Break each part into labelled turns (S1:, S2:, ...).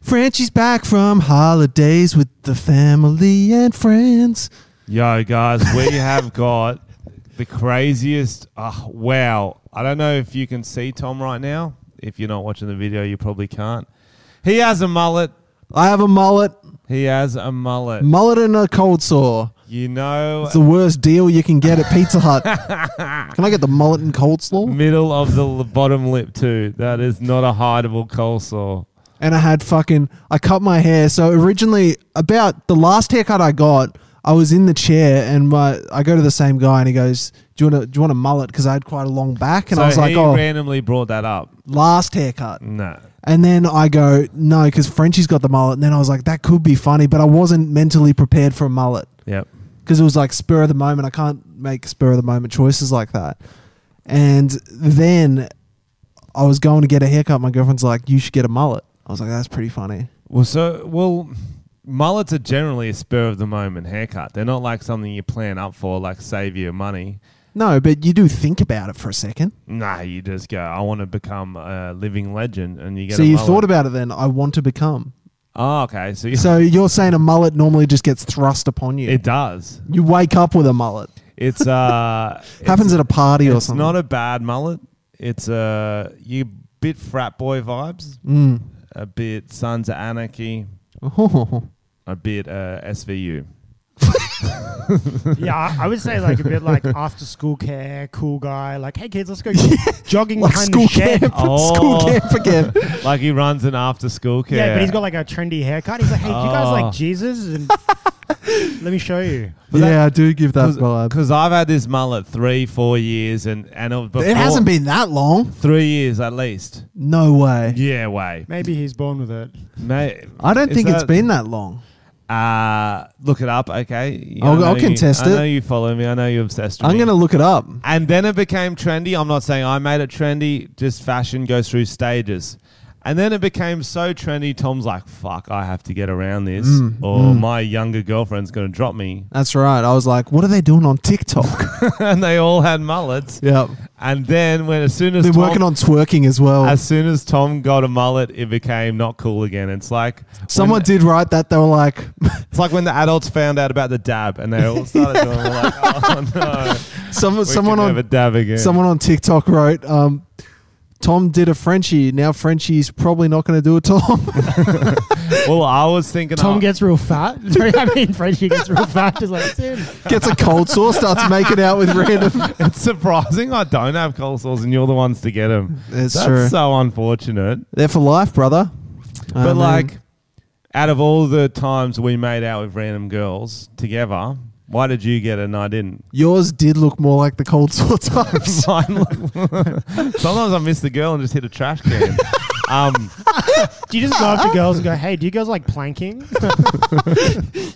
S1: Frenchie's back from holidays with the family and friends.
S2: Yo, guys, we have got the craziest. ah, wow. I don't know if you can see Tom right now. If you're not watching the video, you probably can't. He has a mullet.
S1: I have a mullet,
S2: He has a mullet.
S1: mullet and a cold sore.
S2: You know,
S1: It's the worst deal you can get at Pizza Hut. can I get the mullet and cold slaw?
S2: middle of the l- bottom lip, too. That is not a hideable coleslaw.
S1: And I had fucking, I cut my hair. So originally, about the last haircut I got, I was in the chair and my, I go to the same guy and he goes, "Do you want a, do you want a mullet?" Because I had quite a long back, and
S2: so
S1: I was like,
S2: he
S1: "Oh,
S2: randomly brought that up.
S1: last haircut."
S2: No.
S1: And then I go, no, because Frenchie's got the mullet. And then I was like, that could be funny, but I wasn't mentally prepared for a mullet
S2: Yep.
S1: because it was like spur of the moment. I can't make spur of the moment choices like that. And then I was going to get a haircut. My girlfriend's like, you should get a mullet. I was like, that's pretty funny.
S2: Well, so well, mullets are generally a spur of the moment haircut. They're not like something you plan up for, like save your money.
S1: No, but you do think about it for a second.
S2: Nah, you just go. I want to become a living legend, and you get.
S1: so
S2: a
S1: you've
S2: mullet.
S1: thought about it then. I want to become.
S2: Oh, okay. So, you,
S1: So you're saying a mullet normally just gets thrust upon you.
S2: it does.
S1: you wake up with a mullet.
S2: It's uh,
S1: Happens at a party
S2: It's,
S1: or
S2: it's
S1: something.
S2: not a bad mullet. It's a uh, you bit frat boy vibes,
S1: Mm.
S2: a bit Sons of Anarchy,
S1: Oh.
S2: a bit uh, SVU.
S3: Yeah, I- I would say like a bit like after school care, cool guy. Like, hey kids, let's go jogging
S1: like
S3: behind
S1: school
S3: the shed.
S1: camp, school
S2: Oh.
S1: camp again.
S2: Like he runs an after school care.
S3: Yeah, but he's got like a trendy haircut. He's like, hey, do you guys
S2: Oh.
S3: like Jesus? And let me show you.
S2: But that-
S1: I do give
S2: because I've had this mullet three, four years, and and it, was before,
S1: It hasn't been that long.
S2: three years at least.
S1: No way.
S2: Yeah, way.
S3: Maybe he's born with it.
S2: Mate,
S1: I don't
S2: is
S1: think it's
S2: that-
S1: been that long.
S2: Uh, look it up, okay? You-
S1: I'll-
S2: I know
S1: I'll
S2: you-
S1: contest
S2: I
S1: it.
S2: know you follow me. I know you're obsessed with
S1: I'm
S2: me.
S1: going to look it up.
S2: And then it became trendy. I'm not saying I made it trendy, just fashion goes through stages. And then it became so trendy, Tom's like, fuck, I have to get around this,
S1: Mm,
S2: or my younger girlfriend's going to drop me.
S1: That's right. I was like, what are they doing on TikTok?
S2: and they all had mullets.
S1: yep.
S2: And then when as soon as
S1: They're
S2: Tom,
S1: working on twerking as well.
S2: as soon as Tom got a mullet, it became not cool again. It's like
S1: Someone did write that. They were like,
S2: It's like when the adults found out about the dab, and they all started doing it, like, "Oh no,
S1: someone,
S2: we
S1: someone
S2: can never
S1: on
S2: dab again."
S1: someone on TikTok wrote, um, Tom did a Frenchie. Now Frenchie's probably not going to do a Tom.
S2: well, I was thinking,
S3: Tom
S2: I-
S3: gets real fat. Sorry, I mean, Frenchie gets real fat. Just like, "Tim."
S1: Gets a cold sore, starts making out with random.
S2: it's surprising I don't have coleslaws, and you're the ones to get them.
S1: It's
S2: That's
S1: true.
S2: so unfortunate.
S1: They're for life, brother.
S2: But
S1: Um,
S2: like, out of all the times we made out with random girls together, why did you get it and I didn't?
S1: Yours did look more like the cold sore types.
S2: Mine look- Sometimes I miss the girl and just hit a trash can. um,
S3: do you just go up to girls and go, hey, do you guys like planking?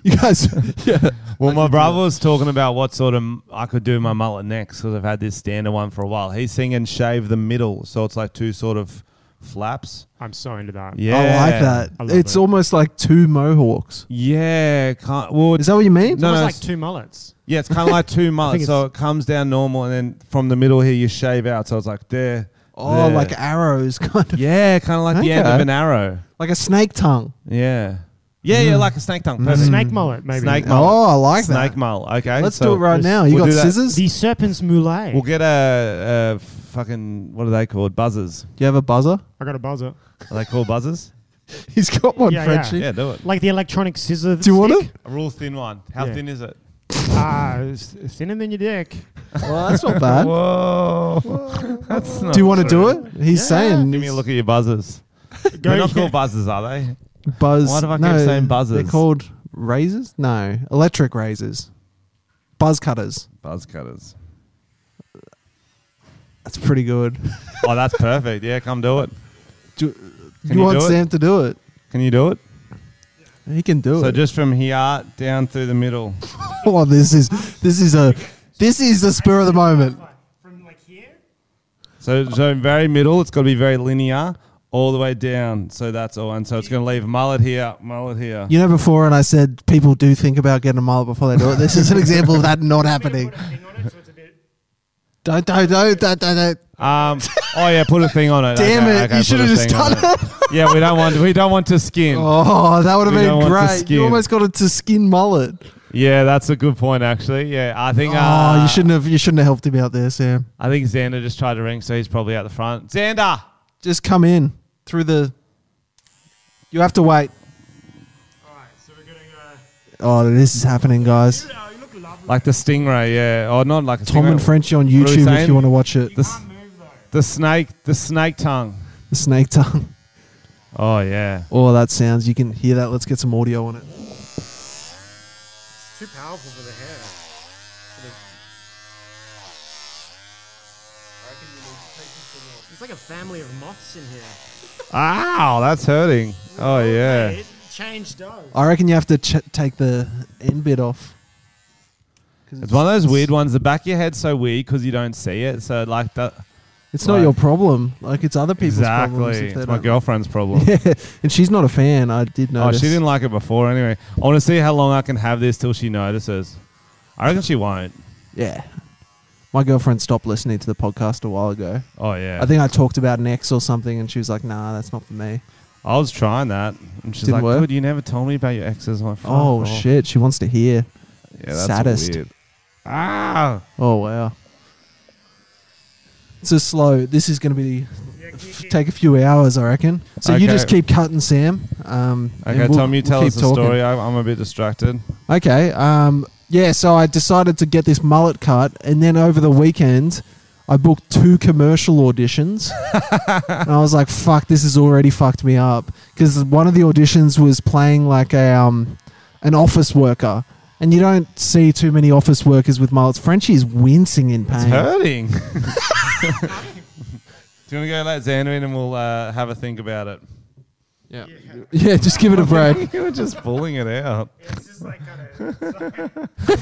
S1: you guys, yeah.
S2: Well, my brother was talking about what sort of m- I could do my mullet next because I've had this standard one for a while. He's singing shave the middle, so it's like two sort of flaps.
S3: I'm so into that.
S2: Yeah,
S1: I like that.
S3: I love
S1: It's
S3: it.
S1: almost like two mohawks.
S2: Yeah, can't, well,
S1: Is that what you mean?
S3: It's
S2: No,
S3: almost
S2: no,
S3: like
S2: it's-
S3: two mullets.
S2: yeah, it's kind of like two mullets,
S3: it's-
S2: so it comes down normal, and then from the middle here you shave out. So it's like there.
S1: Oh,
S2: there.
S1: like arrows, kind of
S2: yeah, kind of like the end of
S1: Okay.
S2: an arrow.
S1: like a snake tongue.
S2: Yeah, yeah, yeah, like a snake tongue.
S3: A
S2: Perfect.
S3: Mm. snake mullet, maybe.
S2: Snake mullet.
S1: Oh, I Mm. like
S2: snake
S1: that.
S2: mullet. Okay,
S1: Let's
S2: so
S1: do it right
S3: Yes.
S1: now. You
S2: We'll
S1: got
S2: do that.
S1: scissors? Do
S3: The serpent's moulet.
S2: We'll get a, a fucking what are they called? Buzzers.
S1: you have a buzzer?
S3: I got a buzzer.
S2: Are they called buzzers?
S1: He's got one,
S3: Yeah, yeah.
S1: Frenchie.
S2: Yeah, do it.
S3: Like the electronic scissor.
S1: Do you want it?
S2: A real thin one. How
S3: Yeah.
S2: thin is it?
S3: Ah, it's thinner than your dick.
S1: Well, that's not bad.
S2: Whoa. That's not
S1: do you want to do
S2: true.
S1: it? He's saying
S2: Give me a look at your buzzers.
S3: Go-
S2: They're not called buzzers, are they?
S1: buzz.
S2: Why do I keep
S1: no,
S2: saying buzzers?
S1: They're called razors? No, electric razors. Buzz cutters.
S2: Buzz cutters.
S1: That's pretty good.
S2: Oh, that's perfect. Yeah, come do it.
S1: Do,
S2: you
S1: you want
S2: do it?
S1: Sam to do it?
S2: Can you do it?
S1: He can do
S2: So
S1: it.
S2: just from here down through the middle.
S1: oh, this is this is a this is the spur of the moment.
S3: From like here?
S2: So so very middle. It's got to be very linear all the way down. So that's all. And so it's going to leave mullet here, mullet here.
S1: You know, before, and I said people do think about getting a mullet before they do it. This is an example of that not happening. Don't, don't, don't, don't, don't, don't.
S2: Um, oh yeah, put a thing on it.
S1: Damn
S2: Okay,
S1: it,
S2: okay,
S1: you
S2: put
S1: should
S2: a
S1: have just
S2: thing on
S1: done it.
S2: yeah, we don't want we don't want to skin.
S1: Oh, that would have
S2: We don't
S1: been
S2: want to
S1: great.
S2: skin.
S1: You almost got it to skin mullet.
S2: Yeah, that's a good point actually. Yeah, I think.
S1: oh,
S2: uh,
S1: you shouldn't have. You shouldn't have helped him out there, Sam.
S2: I think Xander just tried to ring, so he's probably at the front. Xander.
S1: Just come in through the. You have to wait.
S3: Alright, so we're gonna go.
S1: Oh, this is happening, guys.
S3: Oh, you look lovely.
S2: Like the stingray, yeah, or not like a
S1: Tom
S2: stingray.
S1: and Frenchie on
S2: are we
S1: YouTube if
S2: saying?
S1: you want to watch it.
S2: The, s-
S3: Move though.
S2: the snake, the snake tongue.
S1: The snake tongue.
S2: Oh yeah.
S1: Oh, that sounds. You can hear that. Let's get some audio on it.
S3: It's too powerful for the hair. It's like a family of moths in here.
S2: Ow, that's hurting. Oh yeah.
S3: It changed though.
S1: I reckon you have to ch- take the end bit off. 'Cause
S2: It's one of those weird ones. The back of your head's so weird because you don't see it. So like that.
S1: It's not
S2: Right.
S1: your problem. Like it's other people's problems.
S2: Exactly.
S1: if they
S2: It's my
S1: don't-
S2: girlfriend's problem.
S1: Yeah, and she's not a fan. I did
S2: Oh,
S1: notice.
S2: she didn't like it before anyway. I want to see how long I can have this till she notices. I reckon she won't.
S1: Yeah, my girlfriend stopped listening to the podcast a while ago.
S2: Oh yeah.
S1: I think I talked about an ex or something, and she was like, "Nah, that's not for me."
S2: I was trying that, and she's
S1: Didn't
S2: like,
S1: work?
S2: "Dude, you never told me about your exes." I'm like, "Fuck
S1: Oh,
S2: off."
S1: shit, she wants to hear.
S2: Yeah, that's
S1: Saddest.
S2: weird. Ah,
S1: Oh wow, it's a slow. This is going to be
S3: Yeah, keep- keep-
S1: take a few hours, I reckon. So you
S2: Okay.
S1: just keep cutting, Sam. Um,
S2: okay.
S1: and we'll-
S2: Tom, you
S1: we'll
S2: tell
S1: keep
S2: us the
S1: talking.
S2: story. I, I'm a bit distracted.
S1: Okay. Um, yeah, so I decided to get this mullet cut, and then over the weekend, I booked two commercial auditions. and I was like, fuck, this has already fucked me up. Because one of the auditions was playing like a, um, an office worker. And you don't see too many office workers with mullets. Frenchie is wincing in
S2: It's
S1: pain.
S2: hurting. Do you want to go let Xander in, and we'll uh, have a think about it?
S1: Yeah. yeah, just give it a break.
S2: you were just pulling it out.
S3: It's just like kind of.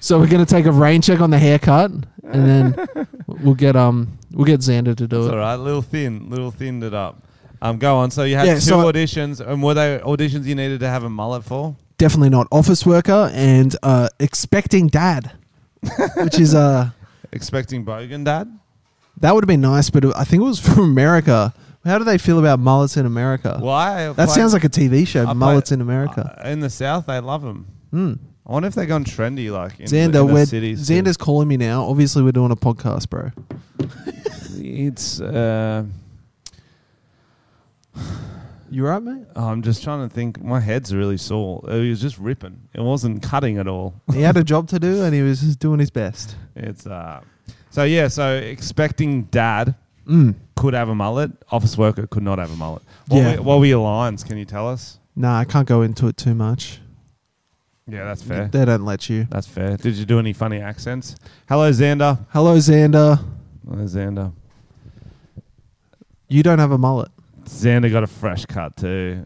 S1: So we're gonna take a rain check on the haircut, and then we'll get um we'll get Xander to do
S2: It's
S1: it.
S2: all right. Little thin, little thinned it up. Um, go on. So you had
S1: Yeah,
S2: two
S1: so-
S2: auditions, and were they auditions you needed to have a mullet for?
S1: definitely not office worker and uh, expecting dad, which is uh
S2: Expecting Bogan, Dad.
S1: that would have been nice, but I think it was from America. How do they feel about mullets in America?
S2: Well, I
S1: that
S2: played-
S1: sounds like a TV show,
S2: I played-
S1: mullets in America.
S2: uh, in the south, they love them.
S1: Hmm.
S2: I wonder if they've gone trendy, like in the,
S1: Xander,
S2: in
S1: we're,
S2: the cities. too.
S1: Xander's calling me now. Obviously, we're doing a podcast, bro.
S2: It's. Uh,
S1: You right, mate?
S2: I'm just trying to think. My head's really sore. It was just ripping. It wasn't cutting at all.
S1: He had a job to do, and he was just doing his best.
S2: It's. Uh, so yeah. So expecting dad
S1: Mm.
S2: could have a mullet. Office worker could not have a mullet. What,
S1: Yeah.
S2: were, what were your lines? Can you tell us?
S1: Nah, I can't go into it too much.
S2: Yeah, that's fair.
S1: They don't let you.
S2: That's fair. Did you do any funny accents? Hello, Xander.
S1: Hello, Xander.
S2: Hello, Xander.
S1: You don't have a mullet.
S2: Xander got a fresh cut too.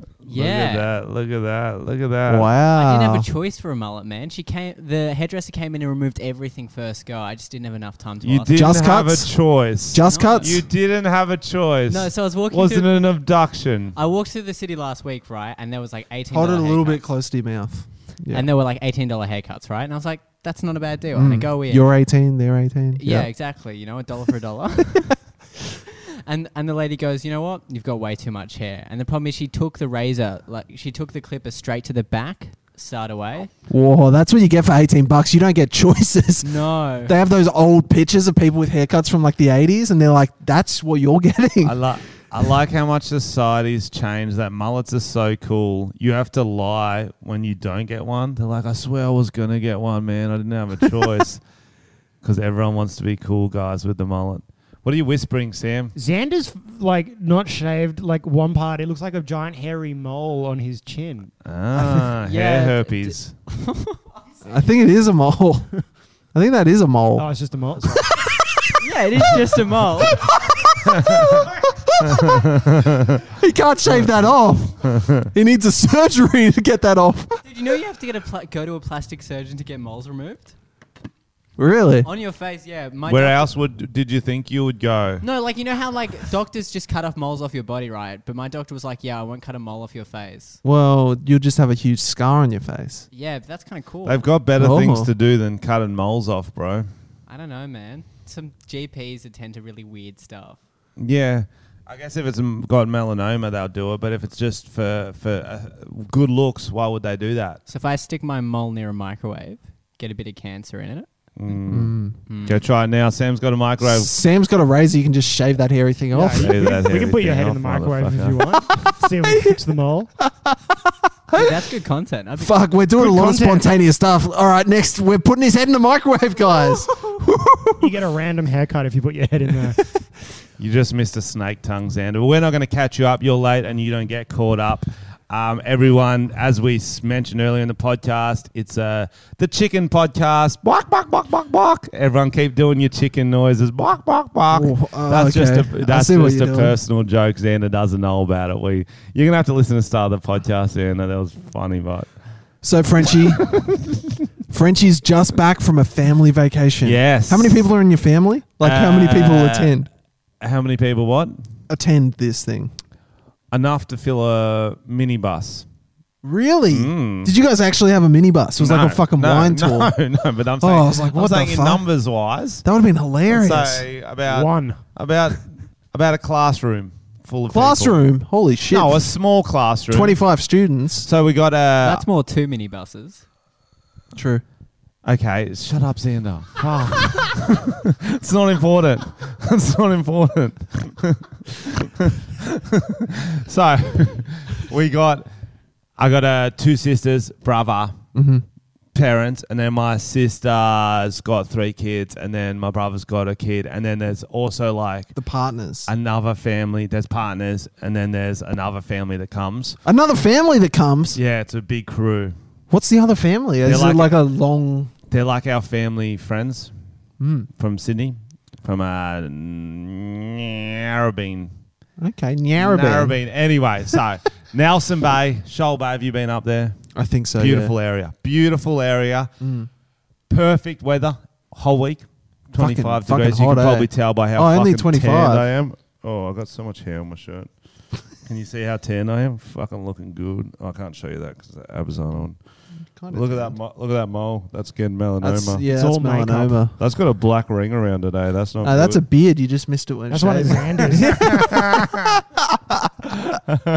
S2: Look
S4: Yeah.
S2: at that. Look at that. Look at that.
S1: wow.
S4: I didn't have a choice for a mullet, man. She came. The hairdresser came in and removed everything first go. I just didn't have enough time to.
S2: You
S4: ask.
S2: didn't
S1: Just
S2: have
S1: cuts?
S2: a choice.
S1: Just
S4: No.
S1: cuts.
S2: you didn't have a choice.
S4: No, so I was walking.
S2: wasn't
S4: through,
S2: an abduction.
S4: I walked through the city last week, right? And there was like eighteen.
S1: Hold it a little bit
S4: haircuts.
S1: close to your mouth. Yeah.
S4: And there were like eighteen dollar haircuts, right? And I was like, that's not a bad deal. And I
S1: Mm.
S4: go in.
S1: You're 18, they're 18.
S4: yeah, exactly. You know, a dollar for a dollar. And, and the lady goes, you know what? You've got way too much hair. And the problem is, she took the razor, like she took the clipper straight to the back, start away.
S1: Whoa, that's what you get for 18 bucks. You don't get choices.
S4: No,
S1: They have those old pictures of people with haircuts from like the 80s, and they're like, that's what you're getting.
S2: I like. I like how much society's changed. That mullets are so cool. You have to lie when you don't get one. They're like, I swear I was gonna get one, man. I didn't have a choice. Because everyone wants to be cool guys with the mullet. What are you whispering, Sam?
S3: Xander's like not shaved like one part. It looks like a giant hairy mole on his chin.
S2: Ah,
S4: Yeah,
S2: hair
S4: d-
S2: herpes.
S1: I think it is a mole. I think that is a mole.
S3: Oh, it's just a mole.
S4: yeah, it is just a mole.
S1: He can't shave that off. he needs a surgery to get that off.
S4: Did you know you have to get a pla- go to a plastic surgeon to get moles removed
S1: Really?
S4: on your face? Yeah, my
S2: Where
S4: doc-
S2: else would did you think you would go?
S4: no, like you know how like doctors just cut off moles off your body, right? But my doctor was like, "Yeah, I won't cut a mole off your face."
S1: Well, you'll just have a huge scar on your face.
S4: Yeah, but that's kind of cool.
S2: They've got better
S1: Oh.
S2: things to do than cutting moles off, bro.
S4: I don't know, man. some GPs attend to really weird stuff.
S2: Yeah. I guess if it's m- got melanoma, they'll do it. But if it's just for for uh, good looks, why would they do that?
S4: So if I stick my mole near a microwave, get a bit of cancer in it.
S2: Mm.
S1: Mm.
S4: Hmm.
S2: Go try it now. Sam's got a microwave.
S1: Sam's got a razor. You can just shave that hairy thing off.
S2: Yeah,
S3: we,
S2: that
S3: we can put your head in the
S2: everything off,
S3: microwave if
S2: motherfucker.
S3: you want. See if we can fix the mole.
S4: Dude, that's good content. I'd be-
S1: Fuck, we're doing
S3: Good
S1: a lot of
S3: content.
S1: spontaneous stuff. All right, next, we're putting his head in the microwave, guys.
S3: You get a random haircut if you put your head in there.
S2: You just missed a snake tongue, Xander. We're not going to catch you up. You're late and you don't get caught up. Um, everyone, as we s- mentioned earlier in the podcast, it's uh, the chicken podcast. Bark, bark, bark, bark, bark. Everyone keep doing your chicken noises. Bark, bark, bark.
S1: Oh, oh,
S2: that's just
S1: okay.
S2: a,
S1: I
S2: that's
S1: see what
S2: just
S1: you're
S2: a
S1: doing.
S2: personal joke. Xander doesn't know about it. We You're going to have to listen to the start of the podcast, Xander. That was funny, but.
S1: So, Frenchie, Frenchie's just back from a family vacation.
S2: Yes.
S1: How many people are in your family? Like, how many people
S2: Uh,
S1: attend
S2: How many people what?
S1: attend this thing?
S2: Enough to fill a minibus.
S1: Really?
S2: Mm.
S1: Did you guys actually have a minibus? It was
S2: No,
S1: like a fucking
S2: no,
S1: wine
S2: no,
S1: tour.
S2: No, but I'm
S1: Oh,
S2: saying,
S1: I was like, what
S2: I'm
S1: the
S2: saying in
S1: fuck?
S2: numbers wise,
S1: That would have been hilarious.
S2: I'd say about
S3: One.
S2: about about a classroom full of people.
S1: Classroom. Holy shit.
S2: No, a small classroom.
S1: 25 students.
S2: So we got a.
S4: that's more two mini buses.
S1: True.
S2: okay, shut up, Xander. Fuck. it's not important. it's not important. so we got. I got uh, two sisters, brother.
S1: Mm-hmm.
S2: parents, and then my sister's got three kids, and then my brother's got a kid, and then there's also like
S1: The partners.
S2: another family. There's partners, and then there's another family that comes.
S1: Another family that comes.
S2: Yeah, it's a big crew.
S1: What's the other family? Is
S2: like-
S1: it like a long.
S2: They're like our family friends
S1: Mm.
S2: from Sydney, from uh, Narrabeen.
S1: Okay, Narrabeen.
S2: Anyway, so Nelson Bay, Shoal Bay. Have you been up there?
S1: I think so.
S2: Beautiful area. Beautiful area.
S1: Yeah. Mm.
S2: perfect weather whole week.
S1: Fucking-
S2: 25
S1: fucking
S2: degrees. You
S1: hot,
S2: can probably
S1: eh?
S2: tell by how
S1: Oh,
S2: fucking
S1: only
S2: 25.
S1: 25.
S2: tanned I am. Oh, I got so much hair on my shirt. can you see how tan I am? Fucking looking good. Oh, I can't show you that because the abs aren't on.
S1: Kinda
S2: look at
S1: tan.
S2: that. Mo- look at that mole. That's getting melanoma.
S1: That's, yeah,
S3: It's
S1: that's
S3: all makeup.
S1: melanoma.
S2: That's got a black ring around today. That's not.
S1: No, Uh, that's a
S2: good.
S1: beard. You just missed it when
S3: That's
S1: it
S3: one of
S1: shaved.
S3: Xander's.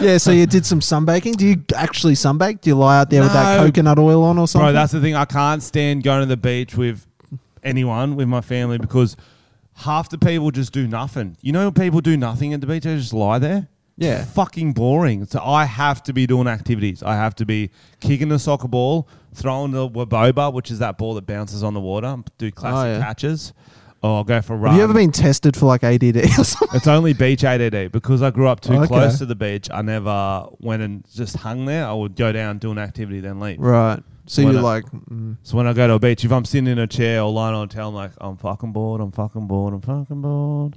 S1: Yeah, so you did some sunbaking. Do you actually sunbake? Do you lie out there with that
S2: No.
S1: coconut oil on or something?
S2: bro. That's the thing. I can't stand going to the beach with anyone with my family because half the people just do nothing. You know, people do nothing at the beach. They just lie there.
S1: yeah.
S2: fucking boring. So I have to be doing activities. I have to be kicking the soccer ball, throwing the waboba, which is that ball that bounces on the water, do classic
S1: yeah.
S2: catches. Oh, I'll go for a run.
S1: Have you ever been tested for like ADD or something?
S2: It's only beach ADD because I grew up too
S1: Oh, Okay.
S2: close to the beach. I never went and just hung there. I would go down, do an activity, then leave.
S1: Right. So
S2: Why
S1: you're
S2: not?
S1: like, mm.
S2: So when I go to a beach, if I'm sitting in a chair or lying on a towel, I'm like, I'm fucking bored. I'm fucking bored. I'm fucking bored.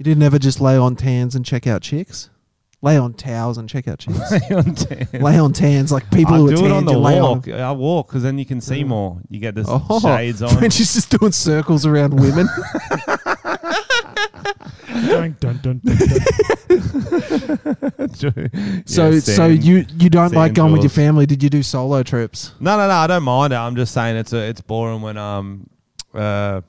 S1: you didn't ever just lay on tans and check out chicks? Lay on towels and check out chicks.
S2: I'm tan.
S1: lay on tans like people
S2: I
S1: who are
S2: do it
S1: tanned.
S2: on the
S1: you lay on
S2: walk. I walk because then you can see
S1: Yeah.
S2: more. You get the s-
S1: Oh,
S2: shades on.
S1: Frenchie's just doing circles around women.
S3: dun, dun, dun, dun, dun.
S2: True.
S1: so so
S2: Yeah, sand.
S1: you you don't like
S2: sand
S1: going with your
S2: doors.
S1: family. Did you do solo trips?
S2: no no no I don't mind it. I'm just saying it's a, it's boring when um uh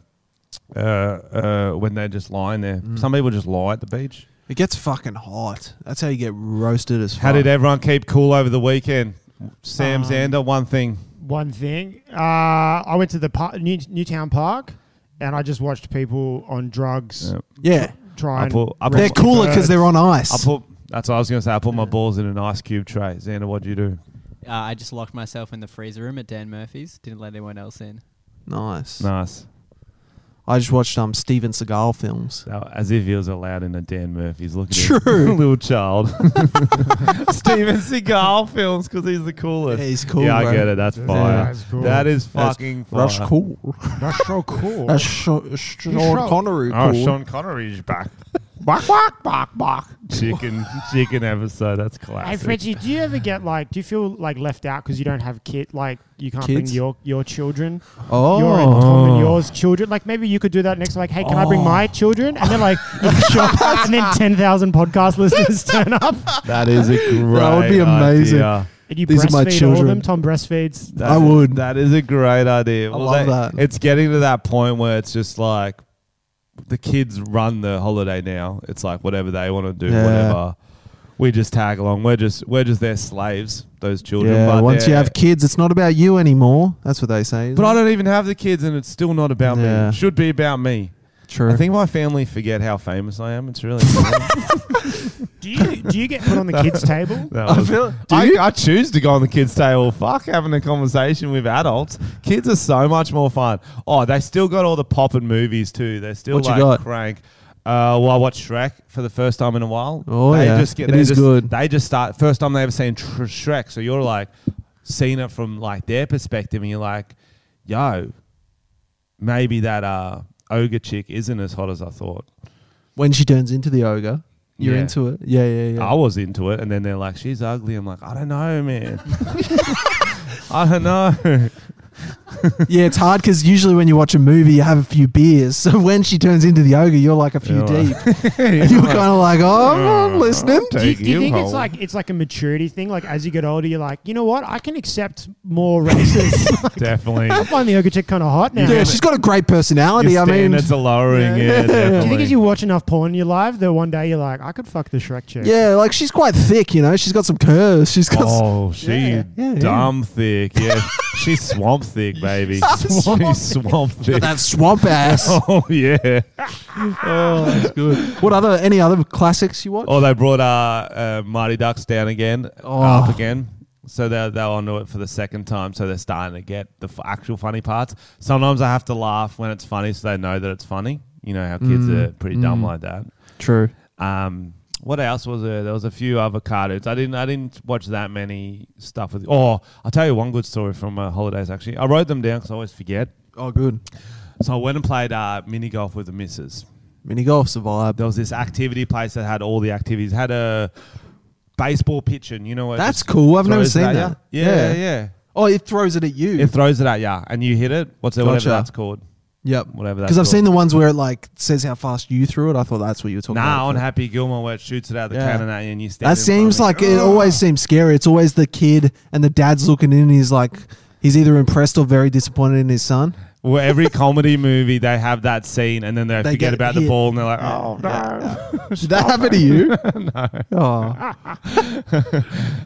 S2: uh uh when they're just lying there.
S1: Mm.
S2: Some people just lie at the beach.
S1: It gets fucking hot. That's how you get roasted as fuck.
S2: How did everyone keep cool over the weekend? Sam
S3: Um,
S2: Zander, one thing.
S3: One thing. Uh, I went to the par- New- Newtown Park and I just watched people on drugs
S2: Yeah.
S1: Yeah.
S3: try
S2: I
S3: and.
S2: put, I put,
S1: They're cooler because they're on
S2: I
S1: ice.
S2: put that's what I was gonna say. I put my balls in an ice cube tray. Xander, what'd you do?
S4: Uh, I just locked myself in the freezer room at Dan Murphy's. Didn't let anyone else in.
S1: Nice.
S2: Nice.
S1: I just watched um Steven Seagal films.
S2: So, as if he was allowed in a Dan Murphy's. Look at
S1: True.
S2: him. little child. Steven Seagal films because he's the
S1: Yeah,
S2: coolest.
S1: he's cool.
S2: yeah,
S1: bro.
S2: I get it. That's
S3: Yeah,
S2: fire.
S3: that's cool.
S2: That is
S1: That's-
S2: fucking fire.
S1: That's cool.
S3: That's so cool.
S1: That's Sha- Sean
S3: Sean-
S1: Connery.
S2: Oh,
S1: cool.
S2: Sean Connery's back. bark, bark, bark, bark. Chicken, chicken episode. That's
S3: Hey
S2: classic.
S3: Frenchie, do you ever get like? Do you feel like left out because you don't have kid? Like you can't bring
S1: Kids?
S3: your your children,
S1: Oh,
S3: your and Tom and yours children. Like maybe you could do that next. Like, hey, can I bring
S1: Oh.
S3: my children? And then like, sure. And then ten thousand podcast listeners turn up.
S2: that is a great
S1: would be amazing.
S2: idea.
S3: And you
S1: These are
S3: breastfeed
S1: my
S3: all of
S1: children.
S3: them. Tom breastfeeds.
S2: That
S1: I
S2: is-
S1: would.
S2: That is a great idea.
S1: I love that.
S2: It's getting to that point where it's just like the kids run the holiday now. It's like whatever they want to do,
S1: Yeah.
S2: whatever. We just tag along. We're just we're just their slaves. Those children.
S1: yeah,
S2: but
S1: once you
S2: they're-
S1: have kids, it's not about you anymore. That's what they say. isn't
S2: But I
S1: it?
S2: don't even have the kids, and it's still not about me.
S1: Yeah.
S2: It should be about me.
S1: true.
S2: I think my family forget how famous I am. It's really. that
S3: Do you do you get put on the kids' table?
S2: was- I, I choose to go on the kids' table. Fuck having a conversation with adults. Kids are so much more fun. Oh, they still got all the poppin' movies too. They're still
S1: What you
S2: like
S1: got?
S2: crank. Uh, well, I watched Shrek for the first time in a while.
S1: Oh,
S2: they
S1: yeah.
S2: just get,
S1: It
S2: they
S1: is
S2: just,
S1: good.
S2: They just start first time they ever seen tr- Shrek. So you're like seeing it from like their perspective, and you're like, yo, maybe that uh, ogre chick isn't as hot as I thought.
S1: when she turns into the ogre, you're
S2: Yeah.
S1: into it. Yeah, yeah, yeah.
S2: I was into it, and then they're like, "She's ugly." I'm like, "I don't know, man. I don't know."
S1: yeah, it's hard because usually when you watch a movie, you have a few beers. So when she turns into the ogre, you're like a few
S2: Yeah, well.
S1: deep. and you're kind of like, oh, I'm not listening.
S3: Do you, do you
S2: You
S3: think it's
S2: hole.
S3: like it's like a maturity thing? Like as you get older, you're like, you know what? I can accept more races.
S2: Definitely.
S3: I find the ogre chick kind of hot now.
S1: Yeah, she's got a great personality.
S2: Your
S1: I mean,
S2: standards are lowering. Yeah,
S3: Do you think
S2: definitely.
S3: as you watch enough porn in your life that one day you're like, I could fuck the Shrek chick?
S1: yeah, like she's quite thick, you know. She's got some curves. She's got. s-
S2: Oh, she
S3: Yeah.
S1: Yeah, yeah.
S2: dumb thick. Yeah, she's swamp thick, baby.
S1: Swamp
S2: she's swamp thick.
S1: that swamp ass.
S2: Oh yeah.
S1: oh, that's good. What other any other classics you watch?
S2: Oh, they brought uh, uh Mighty Ducks down again,
S1: Oh.
S2: up again. So they're, they're onto it for the second time. So they're starting to get the f- actual funny parts. Sometimes I have to laugh when it's funny, so they know that it's funny. You know how kids
S1: Mm,
S2: are pretty dumb
S1: mm.
S2: like that.
S1: True.
S2: Um, what else was there? There was a few other cartoons. I didn't I didn't watch that many stuff with. Oh, I'll tell you one good story from uh, holidays. Actually, I wrote them down because I always forget.
S1: Oh, good.
S2: So I went and played uh, mini golf with the missus
S1: Mini golf survived.
S2: there was this activity place that had all the activities. Had a baseball pitch, and you know what?
S1: That's cool. I've never seen
S2: it at
S1: that.
S2: you. Yeah, yeah,
S1: Oh, it throws it at you.
S2: It throws it at you, and you hit it. What's it?
S1: Gotcha.
S2: Whatever that's called.
S1: yep.
S2: Whatever that's.
S1: Because I've
S2: called.
S1: seen the ones where it like says how fast you threw it. I thought that's what you were talking
S2: Nah,
S1: about.
S2: on Happy Gilmore, where it shoots it out the
S1: Yeah.
S2: cannon at you, and you stand.
S1: That
S2: in front of
S1: seems
S2: me.
S1: like it always seems scary. It's always the kid and the dad's looking in and he's like he's either impressed or very disappointed in his son.
S2: Well, every comedy movie they have that scene, and then they,
S1: They
S2: forget
S1: get
S2: about the
S1: hit.
S2: ball, and they're like, "Oh
S1: Did that happen to you? no. Oh.
S2: no!"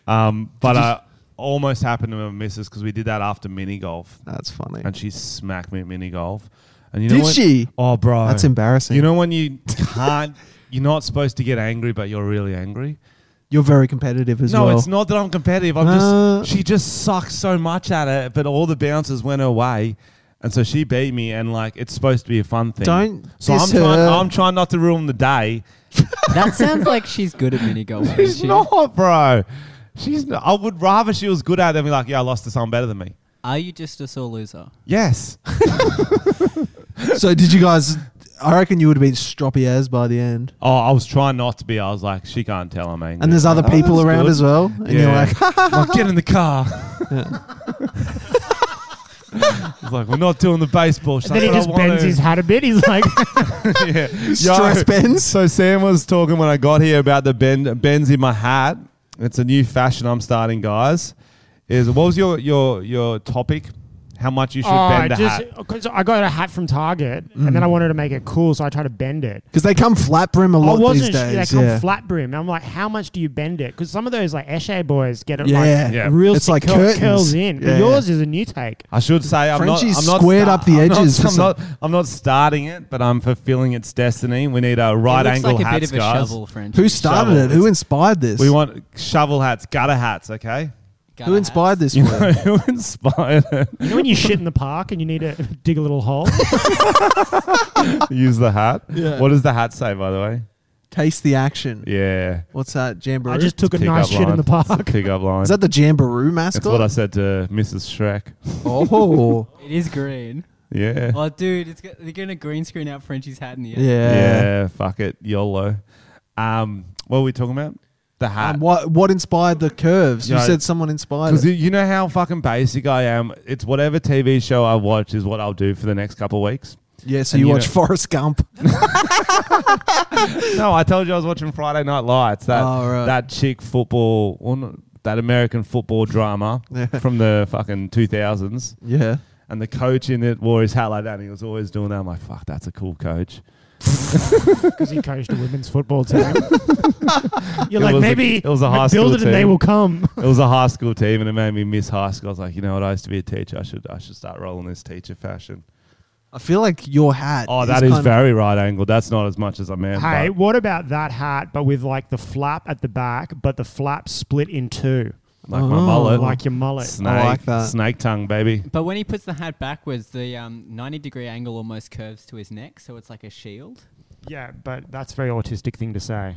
S2: Um, but I almost happened to my missus because we did that after mini golf,
S1: That's funny.
S2: and she smacked me at mini golf. And you know
S1: Did
S2: what?
S1: she?
S2: Oh, bro,
S1: That's embarrassing.
S2: You know when you can't, you're not supposed to get angry, but you're really angry.
S1: You're very competitive as
S2: no,
S1: well.
S2: it's not that I'm competitive. I'm
S1: Uh,
S2: just she just sucks so much at it, but all the bounces went her way, and so she beat me. And like, it's supposed to be a fun thing.
S1: Don't
S2: So
S1: diss
S2: I'm trying.
S1: her.
S2: I'm trying not to ruin the day.
S4: That sounds like she's good at mini golf. isn't
S2: She's
S4: she?
S2: not, bro. She's. Not, I would rather she was good at it than be like, yeah, I lost to someone better than me.
S4: Are you just a sore loser?
S2: Yes.
S1: so did you guys I reckon you would have been stroppy as by the end.
S2: Oh, I was trying not to be. I was like, she can't tell I'm angry.
S1: And there's other
S2: Oh,
S1: people
S2: that's
S1: around
S2: good.
S1: as well. And you're like,
S2: Like, get in the car. He's like, we're not doing the baseball. She's
S3: And then he
S2: like, "But I
S3: just
S2: want
S3: bends
S2: to."
S3: his hat a bit. He's like,
S2: yeah.
S1: stress
S2: Yo,
S1: bends.
S2: So Sam was talking when I got here about the bend, bends in my hat. It's a new fashion I'm starting, guys. Is what was your your your topic? How much you should
S3: oh,
S2: bend a
S3: just
S2: hat?
S3: 'cause I got a hat from Target,
S1: Mm.
S3: and then I wanted to make it cool, so I tried to bend it.
S1: Because they come flat brim a
S3: I
S1: lot
S3: wasn't.
S1: these
S3: sure. They
S1: days.
S3: come
S1: yeah.
S3: flat brim. I'm like, how much do you bend it? Because some of those like Eshe boys get it
S1: Yeah.
S3: like
S2: Yeah.
S3: real.
S1: It's
S3: sick
S1: like
S3: curl-
S1: curtains.
S3: curls in. But
S1: Yeah.
S3: yours is a new take.
S2: I should say I'm not.
S1: Frenchie's
S2: I'm not
S1: squared up the
S2: I'm not-
S1: edges for
S2: I'm
S1: some-
S2: not, I'm not starting it, but I'm fulfilling its destiny. We need a right
S4: it looks
S2: angle
S4: like a
S2: hat,
S4: bit of a
S2: guys.
S4: shovel, French.
S1: Who started
S2: Shovel.
S1: it? Who inspired this?
S2: We want shovel hats, gutter hats. Okay.
S1: Who inspired this?
S2: You
S1: work?
S2: know who inspired it?
S3: You know when you shit in the park and you need to dig a little hole?
S2: Use the hat.
S1: Yeah.
S2: What does the hat say, by the way?
S1: Taste the action.
S2: Yeah.
S1: What's that? Jamboree.
S3: I just took a
S2: Pick
S3: nice
S2: up
S3: shit
S2: line.
S3: in the
S2: It's a
S3: park.
S2: Pick up line.
S1: Is that the Jamboree
S2: That's what I
S1: mascot?
S2: said to Mrs. Shrek.
S1: oh,
S4: It is green.
S2: Yeah.
S4: Oh, dude, it's go- they're gonna green screen out Frenchie's hat in the
S1: yeah.
S4: end.
S2: yeah. Fuck it. YOLO. Um, what were we talking about? The hat.
S1: Um, what what inspired the curves? You
S2: Yeah.
S1: said someone inspired
S2: Because
S1: it.
S2: you you know how fucking basic I am. It's whatever TV show I watch is what I'll do for the next couple of weeks.
S1: Yeah, so
S2: and
S1: you
S2: you
S1: watch
S2: know-
S1: Forrest Gump.
S2: no, I told you I was watching Friday Night Lights. That
S1: Oh, right.
S2: that chick football. Well, no, that American football drama
S1: Yeah.
S2: from the fucking 2000s.
S1: Yeah.
S2: And the coach in it wore his hat like that and he was always doing that. I'm like, fuck, that's a cool coach.
S3: because he coached a women's football team. You're
S2: It was
S3: like
S2: a-
S3: maybe
S2: it was a high
S3: I
S2: school
S3: build it and they
S2: team.
S3: will come.
S2: It was a high school team and it made me miss high school. I was like, you know what? I used to be a teacher. I should I should start rolling this teacher fashion.
S1: I feel like your hat.
S2: Oh, that is,
S1: kind of-
S2: very right angle. That's not as much as I meant.
S3: Hey,
S2: but
S3: what about that hat, but with like the flap at the back, but the flap split in two,
S2: like my
S1: Oh,
S2: mullet.
S3: like your mullet?
S2: snake,
S1: I like that.
S2: snake tongue, baby.
S4: But when he puts the hat backwards, the um, 90 degree angle almost curves to his neck, so it's like a shield.
S3: Yeah, but that's a very autistic thing to say.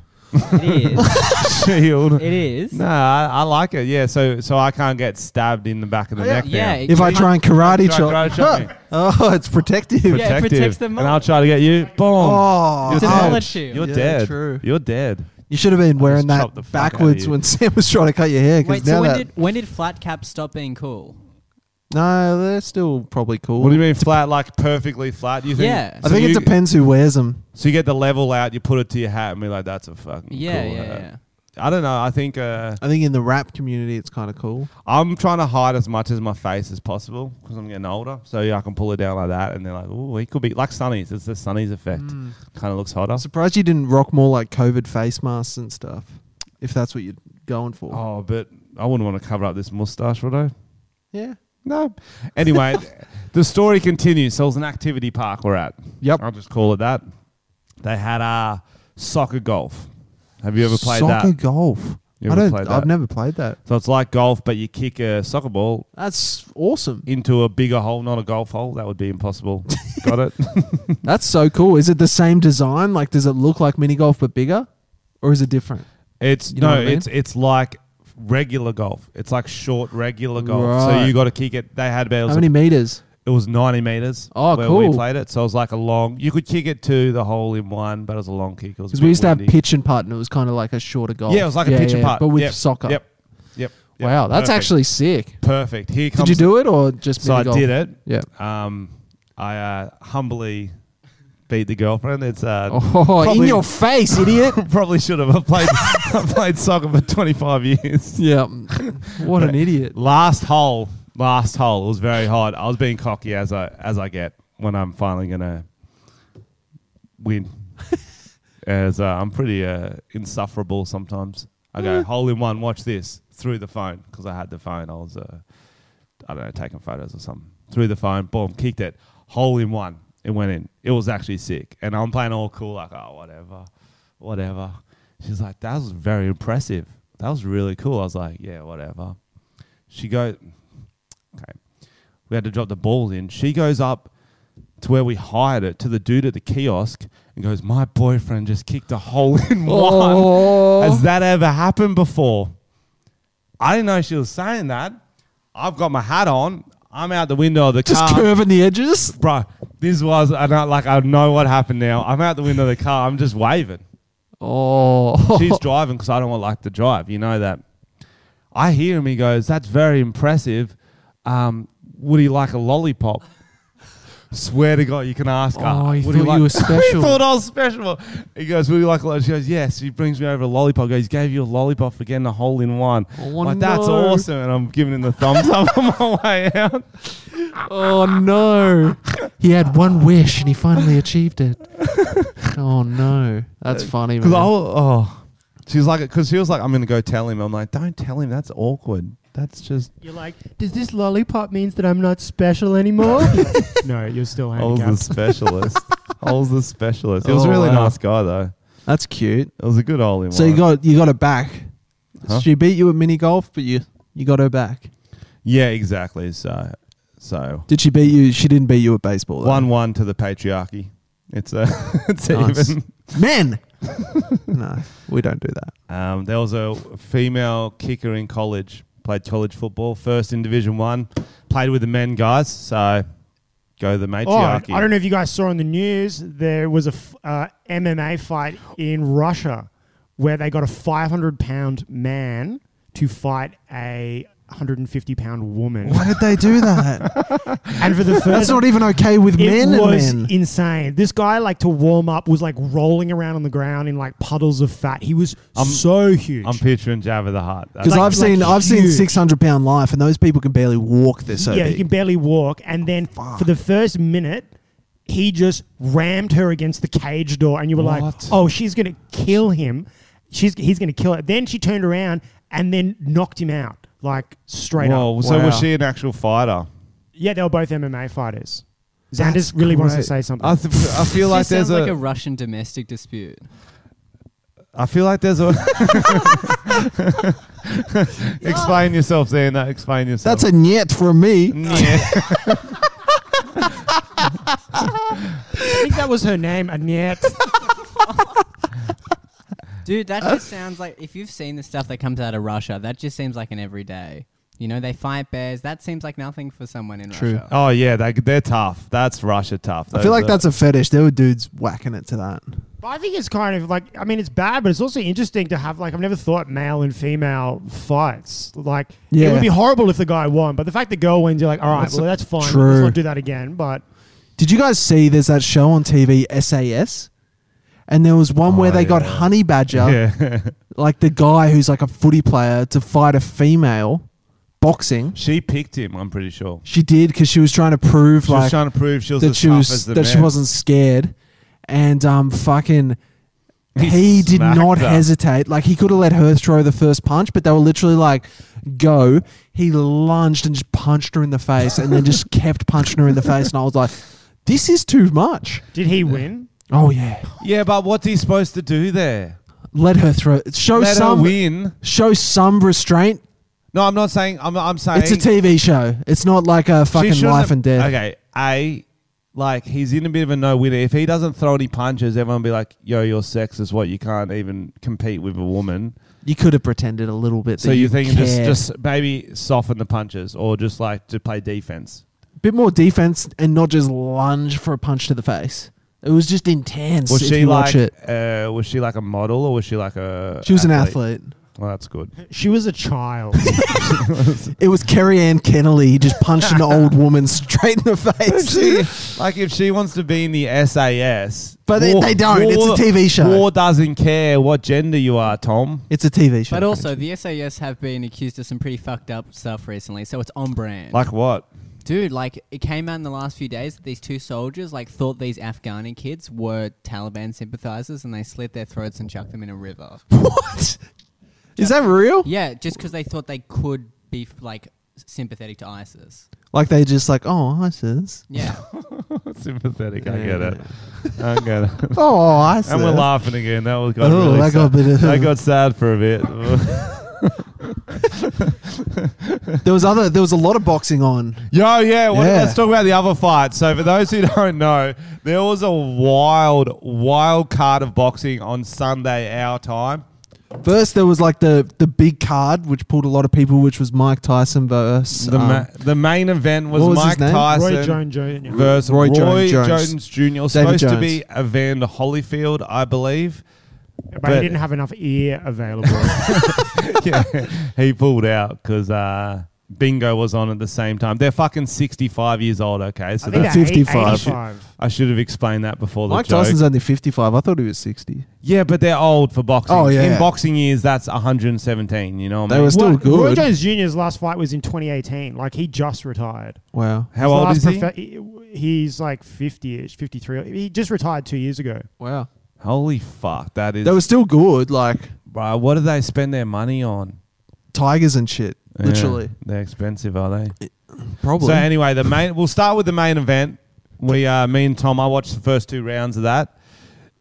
S4: It is.
S2: Shield.
S4: it is.
S2: No, I, I like it. Yeah, so so I can't get stabbed in the back of the
S1: Oh, yeah.
S2: neck.
S4: Yeah,
S2: now.
S4: it
S1: If I
S4: gives-
S1: try and karate
S2: Try
S1: chop.
S2: karate chop me.
S1: Oh, it's protective.
S4: Yeah, it
S2: Protective.
S4: protects the
S2: and
S4: mullet.
S2: I'll try to get you. Boom.
S1: Oh,
S4: It's a
S1: ouch.
S4: mullet shield.
S2: You're
S1: Yeah,
S2: dead.
S1: true.
S2: You're dead.
S1: You should have been wearing
S2: chopped
S1: that
S2: the fuck out of
S1: backwards
S2: you.
S1: when Sam was trying to cut your hair. Because
S4: Wait,
S1: now
S4: so when
S1: that
S4: did, when did flat caps stop being cool?
S1: no, they're still probably cool.
S2: What do you mean flat? Like perfectly flat? You think?
S4: Yeah.
S1: I think
S2: you,
S1: it depends who wears them.
S2: So you get the level out, you put it to your hat, and be like, "That's a fucking
S4: Yeah,
S2: cool
S4: yeah,
S2: hat."
S4: yeah.
S2: I don't know. I think uh,
S1: I think in the rap community, it's kind of cool.
S2: I'm trying to hide as much as my face as possible because I'm getting older. So yeah, I can pull it down like that, and they're like, "Oh, he could be like Sunny's." It's the Sunny's effect.
S4: Mm.
S1: Mm.
S2: Kind of looks hotter.
S1: I'm surprised you didn't rock more like COVID face masks and stuff. If that's what you're going for.
S2: Oh, but I wouldn't want to cover up this mustache, would I?
S1: Yeah.
S2: No. Anyway, the story continues. So it was an activity park we're at.
S1: Yep.
S2: I'll just call it that. They had uh, soccer golf. Have you ever played
S1: Soccer
S2: that?
S1: golf.
S2: You
S1: I
S2: ever
S1: don't.
S2: played
S1: I've
S2: that?
S1: never played that.
S2: So it's like golf, but you kick a soccer ball
S1: That's awesome.
S2: into a bigger hole, not a golf hole. That would be impossible. Got it?
S1: That's so cool. Is it the same design? Like, does it look like mini golf but bigger, or is it different?
S2: It's
S1: You know
S2: no,
S1: what I mean?
S2: it's it's like regular golf. It's like short regular golf. So
S1: Right.
S2: you got to kick it. They had about it was,
S1: How many meters?
S2: it was ninety meters.
S1: Oh,
S2: where We
S1: cool.
S2: played it, so it was like a long. You could kick it to the hole in one, but it was a long kick. Because
S1: Because we used to have pitch and putt, and it was kind of like a shorter golf.
S2: Yeah, it was like a pitch and
S1: yeah,
S2: putt,
S1: but with
S2: Yep,
S1: soccer.
S2: Yep, yep. yep.
S1: Wow, that's
S2: Perfect.
S1: actually sick.
S2: perfect. Here comes
S1: Did you do it or just?
S2: So I
S1: mini-golf?
S2: did it.
S1: Yeah.
S2: Um, I uh, humbly beat the girlfriend. It's uh,
S1: Oh, in
S2: Probably-
S1: your face, idiot!
S2: probably should have. I played I played soccer for 25 years.
S1: yeah. What an idiot.
S2: Last hole, last hole. It was very hard. I was being cocky as I as I get when I'm finally gonna win. as uh, I'm pretty uh, insufferable sometimes. I go hole in one. Watch this through the phone because I had the phone. I was uh, I don't know taking photos or something through the phone. Boom, kicked it. Hole in one. It went in. It was actually sick. And I'm playing all cool like oh whatever, whatever. She's like that was very impressive. That was really cool. I was like yeah whatever. She go okay. We had to drop the ball in. She goes up to where we hired it to the dude at the kiosk and goes, My boyfriend just kicked a hole in one.
S1: Oh.
S2: Has that ever happened before? I didn't know she was saying that. I've got my hat on. I'm out the window of the
S1: Just
S2: car.
S1: curving the edges.
S2: Bruh, this was, I don't, like, I know what happened now. I'm out the window of the car. I'm just waving.
S1: Oh.
S2: She's driving because I don't want like to drive. You know that. I hear him. He goes, "That's very impressive. Um, would he like a lollipop?" Swear to God, you can ask her.
S1: Oh, he
S2: "Would
S1: thought you were special."
S2: he thought I was special. He goes, "Would you like a lollipop?" She goes, "Yes." She brings me over a lollipop. Goes, "Gave you a lollipop for getting a hole in one."
S1: Oh,
S2: like that's
S1: no.
S2: awesome, and I'm giving him the thumbs up on my way out.
S1: Oh no. He had one wish and he finally achieved it. Oh no. That's funny,
S2: Because
S1: man.
S2: I was, oh, she's like, because she was like, "I'm gonna go tell him." I'm like, "Don't tell him. That's awkward. That's just."
S3: You're like, does this lollipop means that I'm not special anymore? no, you're still
S2: I was the
S3: handicapped.
S2: specialist. I was the specialist. He was
S1: Oh,
S2: a really
S1: wow.
S2: nice guy though.
S1: That's cute.
S2: It was a good all in
S1: So
S2: one.
S1: you got you got her back.
S2: Huh?
S1: She beat you at mini golf, but you you got her back.
S2: yeah, exactly. So, so
S1: Did she beat you? She didn't beat you at baseball. though.
S2: one one to the patriarchy. It's a it's a
S1: Nice.
S2: even.
S1: men. no, we don't do that.
S2: Um, there was a female kicker in college. Played college football, first in Division One. Played with the men guys. So, go the
S3: Oh, I
S2: matriarchy.
S3: don't know if you guys saw on the news, there was a f- uh, MMA fight in Russia where they got a 500 pound man to fight a 150 pound woman.
S1: Why did they do that?
S3: And for the
S1: That's
S3: first
S1: not even okay with
S3: it
S1: men
S3: was
S1: and men.
S3: insane. This guy, like to warm up, was like rolling around on the ground in like puddles of fat. He was
S2: I'm-
S3: so huge.
S2: I'm picturing Jabba the Hutt. That's
S1: Because
S3: like-
S1: I've seen
S3: like
S1: I've seen
S3: huge.
S1: six hundred pound life, and those people can barely walk. They're so
S3: yeah,
S1: big.
S3: he can barely walk. And then
S2: Oh,
S3: for the first minute, he just rammed her against the cage door, and you were like,
S2: What?
S3: "Oh, she's gonna kill him. She's he's gonna kill her." Then she turned around and then knocked him out like straight
S2: Whoa,
S3: up.
S2: so
S1: Wow.
S2: was she an actual fighter?
S3: Yeah, they were both MMA fighters.
S1: That's
S3: Xander's really wants to
S1: great.
S3: say something.
S2: I, th- I feel like
S4: this
S2: there's
S4: sounds like a
S2: a.
S4: Russian domestic dispute.
S2: I feel like there's a. explain yourself, Xander. Explain yourself.
S1: That's a nyet from me.
S2: Yeah.
S3: I think that was her name, Annette.
S4: Dude, that just sounds like if you've seen the stuff that comes out of Russia, that just seems like an everyday. You know, they fight bears. That seems like nothing for someone in
S1: True.
S4: Russia.
S2: oh yeah, they, they're tough. That's Russia tough.
S1: I feel like that's a fetish. There were dudes whacking it to that.
S3: But I think it's kind of like I mean it's bad, but it's also interesting to have like I've never thought male and female fights. Like it
S1: Yeah.
S3: would be horrible if the guy won, but the fact the girl wins, you're like, all right,
S1: That's
S3: well that's fine.
S1: true.
S3: Let's not do that again. But
S1: Did you guys see? There's that show on TV, SAS, and there was one where
S2: Oh,
S1: they got
S2: yeah.
S1: Honey Badger,
S2: Yeah.
S1: like the guy who's like a footy player, to fight a female boxing.
S2: she picked him. I'm pretty sure.
S1: She did because she was trying to prove
S2: She
S1: like
S2: was trying to prove she was
S1: that
S2: as
S1: she
S2: tough
S1: was
S2: as the
S1: that she
S2: men.
S1: wasn't scared, and um, fucking,
S2: He
S1: he, did
S2: smacked
S1: not
S2: her.
S1: hesitate. Like he could have let her throw the first punch, but they were literally like, "Go!" He lunged and just punched her in the face, and then just kept punching her in the face. And I was like, "This is too much."
S3: did he win?
S1: Oh yeah,
S2: Yeah, but what's he supposed to do there?
S1: let her throw. Show
S2: Let her
S1: some
S2: win.
S1: show some restraint.
S2: No, I'm not saying. I'm. I'm saying
S1: It's a TV show. It's not like a
S2: She
S1: fucking
S2: shouldn't
S1: life
S2: have-
S1: and death.
S2: Okay, a like he's in a bit of a no winner. If he doesn't throw any punches, everyone will be like, "Yo, your sex is what you can't even compete with a woman."
S1: You could have pretended a little bit.
S2: So
S1: that
S2: you
S1: you
S2: think just
S1: cared.
S2: just maybe soften the punches or just like to play defense.
S1: bit more defense and not just lunge for a punch to the face. It was just intense.
S2: Was
S1: if
S2: she
S1: you
S2: like
S1: watch it,
S2: Uh, was she like a model or was she like a?
S1: she was an
S2: Well, that's good.
S3: She was a child.
S1: athlete. It was Kerry Ann Kennelly just punched an old woman straight in the face.
S2: like if she wants to be in the SAS,
S1: But they- they don't. It's a TV show.
S2: War doesn't care what gender you are, Tom.
S1: it's a TV show.
S4: But also, the SAS have been accused of some pretty fucked up stuff recently, so it's on brand.
S2: Like what?
S4: Dude, like it came out in the last few days that these two soldiers like thought these Afghani kids were Taliban sympathizers and they slit their throats and chucked them in a river.
S1: what is that real?
S4: yeah, just because they thought they could be f- like sympathetic to ISIS.
S1: Like they just like oh ISIS,
S4: Yeah.
S2: Sympathetic. I get it. I get it.
S1: oh ISIS.
S2: And we're laughing again. That was got
S1: Oh,
S2: really.
S1: that
S2: sad.
S1: got a bit of-
S2: that got sad for a bit.
S1: There was other. There was a lot of boxing on.
S2: Yo, yeah, what,
S1: Yeah.
S2: Let's talk about the other fight. So, for those who don't know, there was a wild, wild card of boxing on Sunday our time.
S1: First, there was like the the big card which pulled a lot of people, which was Mike Tyson versus
S2: The,
S1: um,
S2: ma- the main event was,
S1: what was his
S2: Mike
S1: name?
S2: Tyson
S3: Roy Jones Jr.
S2: versus Roy,
S1: Roy Jones-
S2: Jones,
S1: Jones.
S2: Jr. It was
S1: David
S2: supposed to
S1: Jones.
S2: be Evander Holyfield, I believe.
S3: but,
S2: but-
S3: he didn't have enough ear available.
S2: yeah, he pulled out because uh, Bingo was on at the same time. They're fucking 65 years old, okay? So
S3: I
S2: that's
S3: think they're eight-
S1: 55.
S3: 85.
S2: I should have explained that before the
S1: Mike
S2: joke.
S1: Tyson's only fifty five. I thought he was sixty.
S2: yeah, but they're old for boxing.
S1: Oh, yeah.
S2: In boxing years, that's 117. You know what I
S1: They
S2: mean?
S1: were still
S3: Well, Roy
S1: good.
S3: Jones Jr.'s last fight was in 2018. Like he just retired.
S1: wow.
S2: How
S3: His
S2: old
S3: last
S2: is he?
S3: profe- he? He's like 50-ish, 53. He just retired two years ago.
S1: Wow.
S2: Holy fuck, that is.
S1: They were still good, like
S2: Bruh, what do they spend their money on?
S1: tigers and shit.
S2: Yeah,
S1: Literally.
S2: they're expensive, are they?
S1: Probably.
S2: So anyway, the main. We'll start with the main event. We, uh, me and Tom, I watched the first two rounds of that.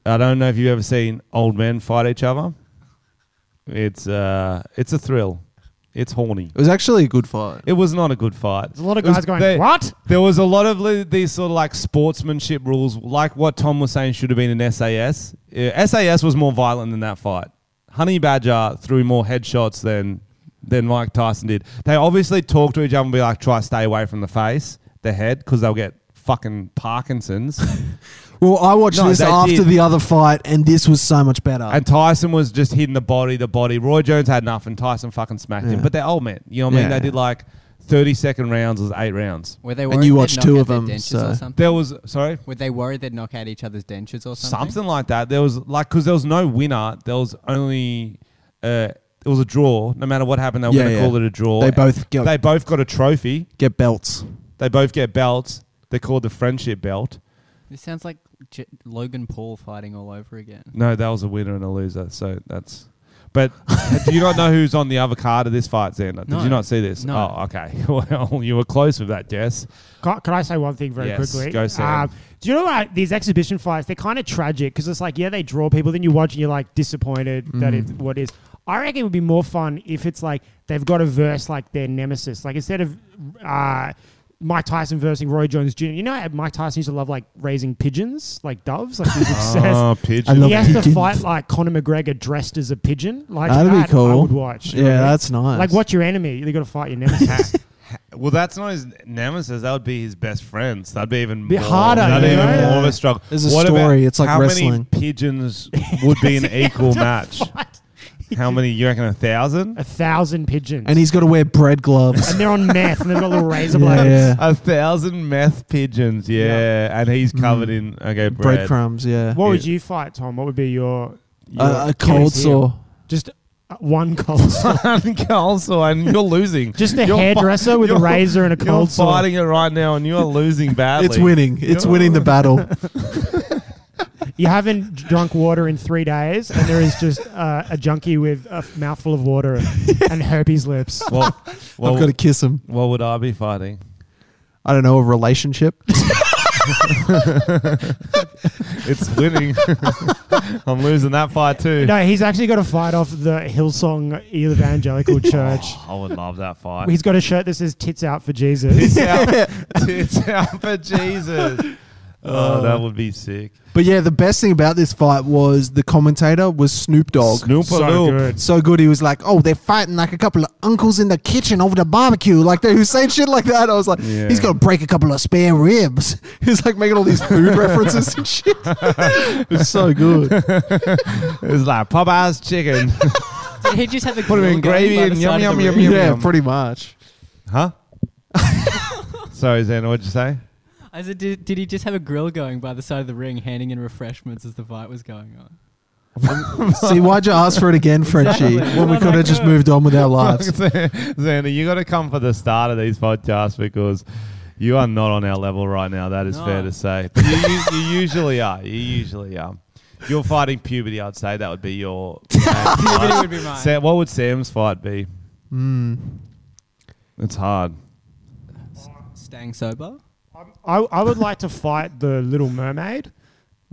S2: I don't know if you've ever seen old men fight each other. It's uh, it's a thrill. It's horny.
S1: it was actually a good fight.
S2: It was not a good fight.
S3: There's a lot of
S2: It was-
S3: guys going,
S2: they-
S3: what?
S2: There was a lot of li- these sort of like sportsmanship rules, like what Tom was saying should have been in SAS. Uh, SAS was more violent than that fight. Honey Badger threw more headshots than than Mike Tyson did. They obviously talk to each other and be like, try to stay away from the face, the head, because they'll get fucking Parkinson's.
S1: Well, I watched
S2: No,
S1: this
S2: they
S1: after
S2: did.
S1: the other fight, and this was so much better.
S2: And Tyson was just hitting the body, the body. Roy Jones had enough, and Tyson fucking smacked him.
S1: Yeah.
S2: But they're old men. You know what I mean?
S1: Yeah.
S2: They did like 30 second rounds, it was eight rounds.
S4: Were they
S1: And
S4: worried
S1: you
S4: they'd
S1: watched
S4: knock
S1: two
S4: out
S1: of
S4: their
S1: them,
S4: dentures
S1: so-
S4: or something?
S2: There was, sorry?
S4: Were they worried they'd knock out each other's dentures or something?
S2: something like that. There was like because there was no winner. There was only uh, it was a draw. No matter what happened, they were
S1: Yeah,
S2: going to
S1: yeah.
S2: call it a draw.
S1: They both go-
S2: they both got a trophy.
S1: Get belts.
S2: They both get belts. They're called the friendship belt.
S4: This sounds like J- Logan Paul fighting all over again.
S2: No, that was a winner and a loser. So that's. But do you not know who's on the other card of this fight, Xander? Did
S4: No.
S2: you not see this?
S4: No.
S2: Oh, okay. Well, you were close with that, Jess.
S3: Can, can I say one thing very
S2: Yes,
S3: quickly?
S2: go, Sam.
S3: Um, do you know like these exhibition fights? They're kind of tragic because it's like yeah, they draw people, then you watch and you're like disappointed that it's
S1: Mm.
S3: what is. I reckon it would be more fun if it's like they've got a verse like their nemesis, like instead of. Uh, Mike Tyson versus Roy Jones Jr. You know, how Mike Tyson used to love like raising pigeons, like doves. Like he was obsessed.
S1: I
S2: pigeon.
S1: Oh, love
S3: he has to
S1: pigeons.
S3: fight like Conor McGregor dressed as a pigeon. Like
S1: That'd be
S3: that I
S1: cool.
S3: would watch. you know
S1: Yeah,
S3: what I mean?
S1: that's nice.
S3: Like, what's your enemy? They got to fight your nemesis.
S2: Well, that's not his nemesis. That would be his best friends. That'd be even
S3: Be
S2: more,
S3: harder,
S2: That'd be
S3: you
S2: even
S3: know?
S2: more of a struggle.
S1: There's a story, it's like
S2: how
S1: wrestling.
S2: many pigeons would be an equal match? How many? You reckon a thousand?
S3: a thousand pigeons.
S1: And he's got to wear bread gloves.
S3: and they're on meth and they've got little razor
S1: yeah,
S3: blades.
S1: yeah.
S2: A thousand meth pigeons. Yeah, and he's covered in okay bread.
S1: Mm. Breadcrumbs, yeah.
S3: What would
S2: Yeah.
S3: you fight, Tom? What would be your, your
S1: Uh, a cold
S3: Achilles heel?
S1: sore.
S3: Just uh, one cold sore.
S2: also, and you're losing.
S3: Just a
S2: You're fi-
S3: hairdresser with a
S2: you're-
S3: razor and a
S2: You're
S3: cold sore.
S2: fighting it right now, and you're losing badly.
S1: It's winning. It's winning the battle.
S3: You haven't drunk water in three days, and there is just uh, a junkie with a mouthful of water and herpes lips.
S2: Well, well,
S1: I've got to kiss him.
S2: what would I be fighting?
S1: I don't know, a relationship.
S2: It's winning. I'm losing that fight too.
S3: No, he's actually got to fight off the Hillsong Evangelical Church.
S2: Oh, I would love that fight.
S3: He's got a shirt that says "Tits out for Jesus."
S2: Tits out, tits out for Jesus. Oh, that would be sick.
S1: But yeah, the best thing about this fight was the commentator was Snoop Dogg.
S3: so good.
S1: so good. He was like, "Oh, they're fighting like a couple of uncles in the kitchen over the barbecue, like they were saying shit like that." I was like,
S2: Yeah.
S1: "He's gonna break a couple of spare ribs." He's like making all these food references and shit. it's so good.
S2: It was like Popeye's chicken.
S4: Did he just had the
S2: Put 'em in
S4: grill going
S2: gravy
S4: by the
S2: and
S4: side
S2: yum,
S4: of the
S2: yum,
S4: room?
S2: yum,
S1: yeah, pretty much.
S2: huh? Sorry, Xana, what'd you say?
S4: I said, did, did he just have a grill going by the side of the ring, handing in refreshments as the fight was going on?
S1: See, why'd you ask for it again, Frenchie?
S4: Exactly.
S1: When we
S4: Why
S1: could have
S4: not
S1: just
S4: go?
S1: moved on with our lives.
S2: Xana, you got to come for the start of these podcasts because you are not on our level right now. That is
S4: No.
S2: fair to say. But you, you, you usually are. You usually are. You're fighting puberty, I'd say. That would be your.
S4: Puberty would be mine.
S2: Sam, what would Hmm. Sam's fight be?
S1: Mm.
S2: It's hard.
S4: Staying sober?
S3: I, I would like to fight the Little Mermaid.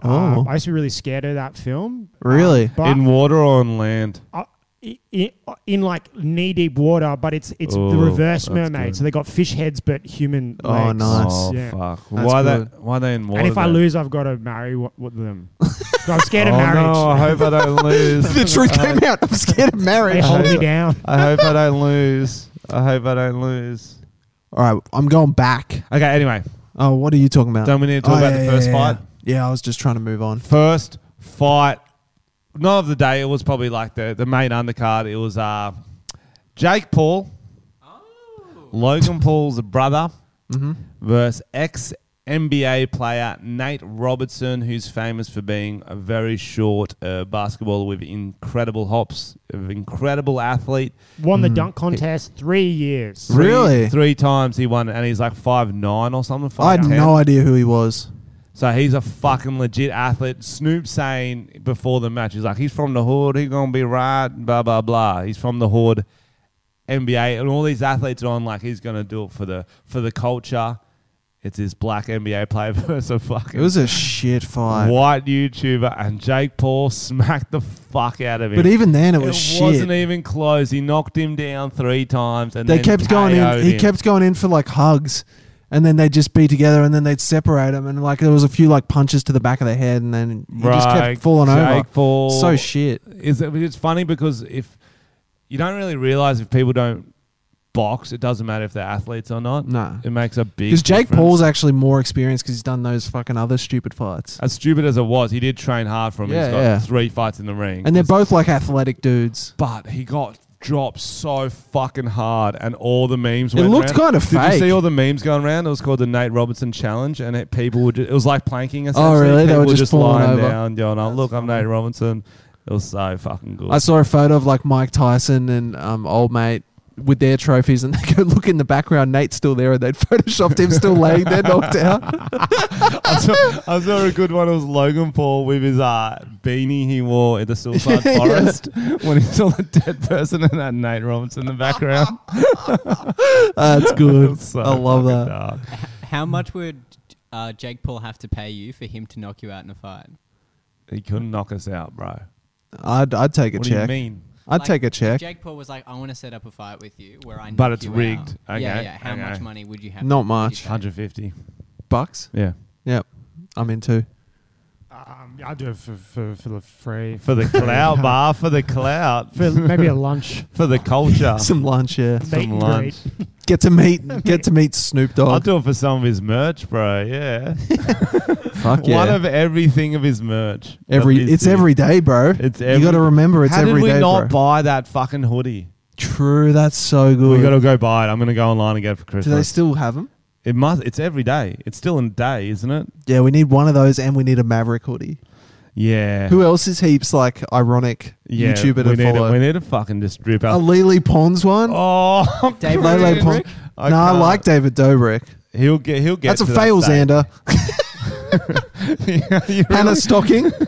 S1: Oh.
S3: Um, I used to be really scared of that film.
S1: Really?
S3: Um, but
S2: in water or on land?
S3: uh, i- i- in like knee deep water, but it's it's
S2: Oh,
S3: the reverse
S2: that's
S3: mermaid.
S2: good.
S3: So they got fish heads but human
S1: Oh,
S3: legs.
S1: nice.
S2: Oh
S3: Yeah.
S2: fuck!
S1: That's
S2: why
S1: good.
S2: that? Why they in water?
S3: And if I
S2: then?
S3: lose, I've got to marry w- them. I'm scared
S2: oh
S3: of marriage.
S2: no! I hope I don't
S1: The
S2: lose.
S1: truth came out. I'm scared of
S3: They
S1: marriage.
S3: hold me down.
S2: I hope I don't lose. I hope I don't lose.
S1: All right, I'm going back.
S2: Okay. Anyway,
S1: Oh, what are you talking about?
S2: Don't we need to talk
S1: Oh,
S2: about
S1: yeah,
S2: the
S1: yeah,
S2: first
S1: yeah,
S2: fight?
S1: Yeah. yeah, I was just trying to move on.
S2: first fight, not of the day. It was probably like the the main undercard. It was uh, Jake Paul,
S1: Oh.
S2: Logan Paul's brother,
S1: Mm-hmm.
S2: versus ex NBA player Nate Robertson, who's famous for being a very short uh, basketballer with incredible hops, an incredible athlete.
S3: Won
S2: Mm.
S3: the dunk contest three years.
S1: Re-
S2: Three-
S1: Really?
S2: three times he won, and he's like five nine or something.
S1: I had
S2: 5'10".
S1: no idea who he was.
S2: So he's a fucking legit athlete. Snoop saying before the match, he's like, he's from the hood. He's gonna be right. Blah blah blah. He's from the hood. NBA and all these athletes are on like he's gonna do it for the for the culture. It's this black NBA player versus a
S1: It
S2: fucking
S1: was a shit fight.
S2: white YouTuber, and Jake Paul smacked the fuck out of him.
S1: But even then, it was
S2: it
S1: shit.
S2: wasn't even close. He knocked him down three times, and
S1: they
S2: then
S1: kept going in.
S2: KO'd
S1: He
S2: him.
S1: kept going in for like hugs, and then they'd just be together, and then they'd separate them, and like there was a few like punches to the back of the head, and then he just
S2: Right,
S1: kept falling over.
S2: Jake Paul.
S1: So shit.
S2: is that it's funny because if you don't really realize if people don't box, it doesn't matter if they're athletes or not.
S1: No.
S2: It makes a big
S1: Because Jake
S2: difference.
S1: Paul's actually more experienced because he's done those fucking other stupid fights.
S2: as stupid as it was, he did train hard from it.
S1: Yeah,
S2: He's got
S1: yeah.
S2: three fights in the ring.
S1: And they're both like athletic dudes.
S2: but he got dropped so fucking hard, and all the memes.
S1: It
S2: went
S1: looked
S2: around.
S1: kinda
S2: Did you
S1: fake.
S2: see all the memes going around? It was called the Nate Robinson challenge, and it, people would. It was like planking.
S1: Oh, really?
S2: essentially.
S1: They were
S2: People
S1: just falling
S2: lying
S1: over.
S2: down, going, "Oh, look, I'm Nate Robinson." It was so fucking good.
S1: I saw a photo of like Mike Tyson and um, old mate with their trophies, and they go look in the background. Nate's still there, and they'd photoshopped him still laying there, knocked out.
S2: I saw, I saw a good one. It was Logan Paul with his uh, beanie he wore in the Suicide
S1: Yeah.
S2: Forest when he saw the dead person and that Nate Robinson in the background.
S1: That's Ah, good.
S2: So
S1: I love
S2: fucking
S1: that.
S2: dark.
S4: How much would uh, Jake Paul have to pay you for him to knock you out in a fight?
S2: He couldn't knock us out, bro.
S1: I'd, I'd take a
S2: what
S1: check.
S2: do you mean?
S1: I'd
S4: Like,
S1: take a
S4: if
S1: check.
S4: Jake Paul was like, "I want to set up a fight with you, where I."
S2: But
S4: knock
S2: it's
S4: you
S2: rigged.
S4: out."
S2: Okay,
S4: Yeah, yeah. How much
S2: okay.
S4: money would you have?
S1: Not
S4: would you
S1: much.
S4: say?
S2: 150.
S1: Bucks.
S2: Yeah.
S1: Yep, I'm in too.
S3: Um, I'll do it for, for, for the free.
S2: For the clout, bar, for the clout,
S3: For maybe a lunch.
S2: for the culture.
S1: Some lunch, yeah.
S3: Meet and greet.
S2: lunch.
S1: Get to meet, get to meet Snoop
S2: I'll
S1: Dogg.
S2: do it for some of his merch, bro. Yeah.
S1: Fuck
S2: One
S1: yeah.
S2: of everything of his merch.
S1: every
S2: Of his
S1: it's
S2: thing.
S1: every day, bro.
S2: It's
S1: you got to
S2: every-
S1: remember it's
S2: How did
S1: every
S2: we
S1: day,
S2: not
S1: bro.
S2: buy that fucking hoodie?
S1: True, that's so good.
S2: We got to go buy it. I'm going to go online and get it for
S1: do
S2: Christmas.
S1: they still have them?
S2: It must. It's every day. It's still in day, isn't it?
S1: Yeah, we need one of those, and we need a Maverick hoodie.
S2: Yeah.
S1: Who else is heaps like ironic
S2: yeah,
S1: YouTuber
S2: we
S1: to
S2: need
S1: follow?
S2: To, we need to fucking just drip
S1: a
S2: out.
S1: Lily Pons one.
S2: Oh,
S4: David
S1: Lolo
S4: Dobrik?
S1: Pons.
S2: I
S1: no, I
S2: can't.
S1: like David Dobrik.
S2: He'll get. He'll get.
S1: That's a
S2: to
S1: fail,
S2: that
S1: Xander.
S2: stage. You
S1: Hannah
S2: really-
S1: Stocking.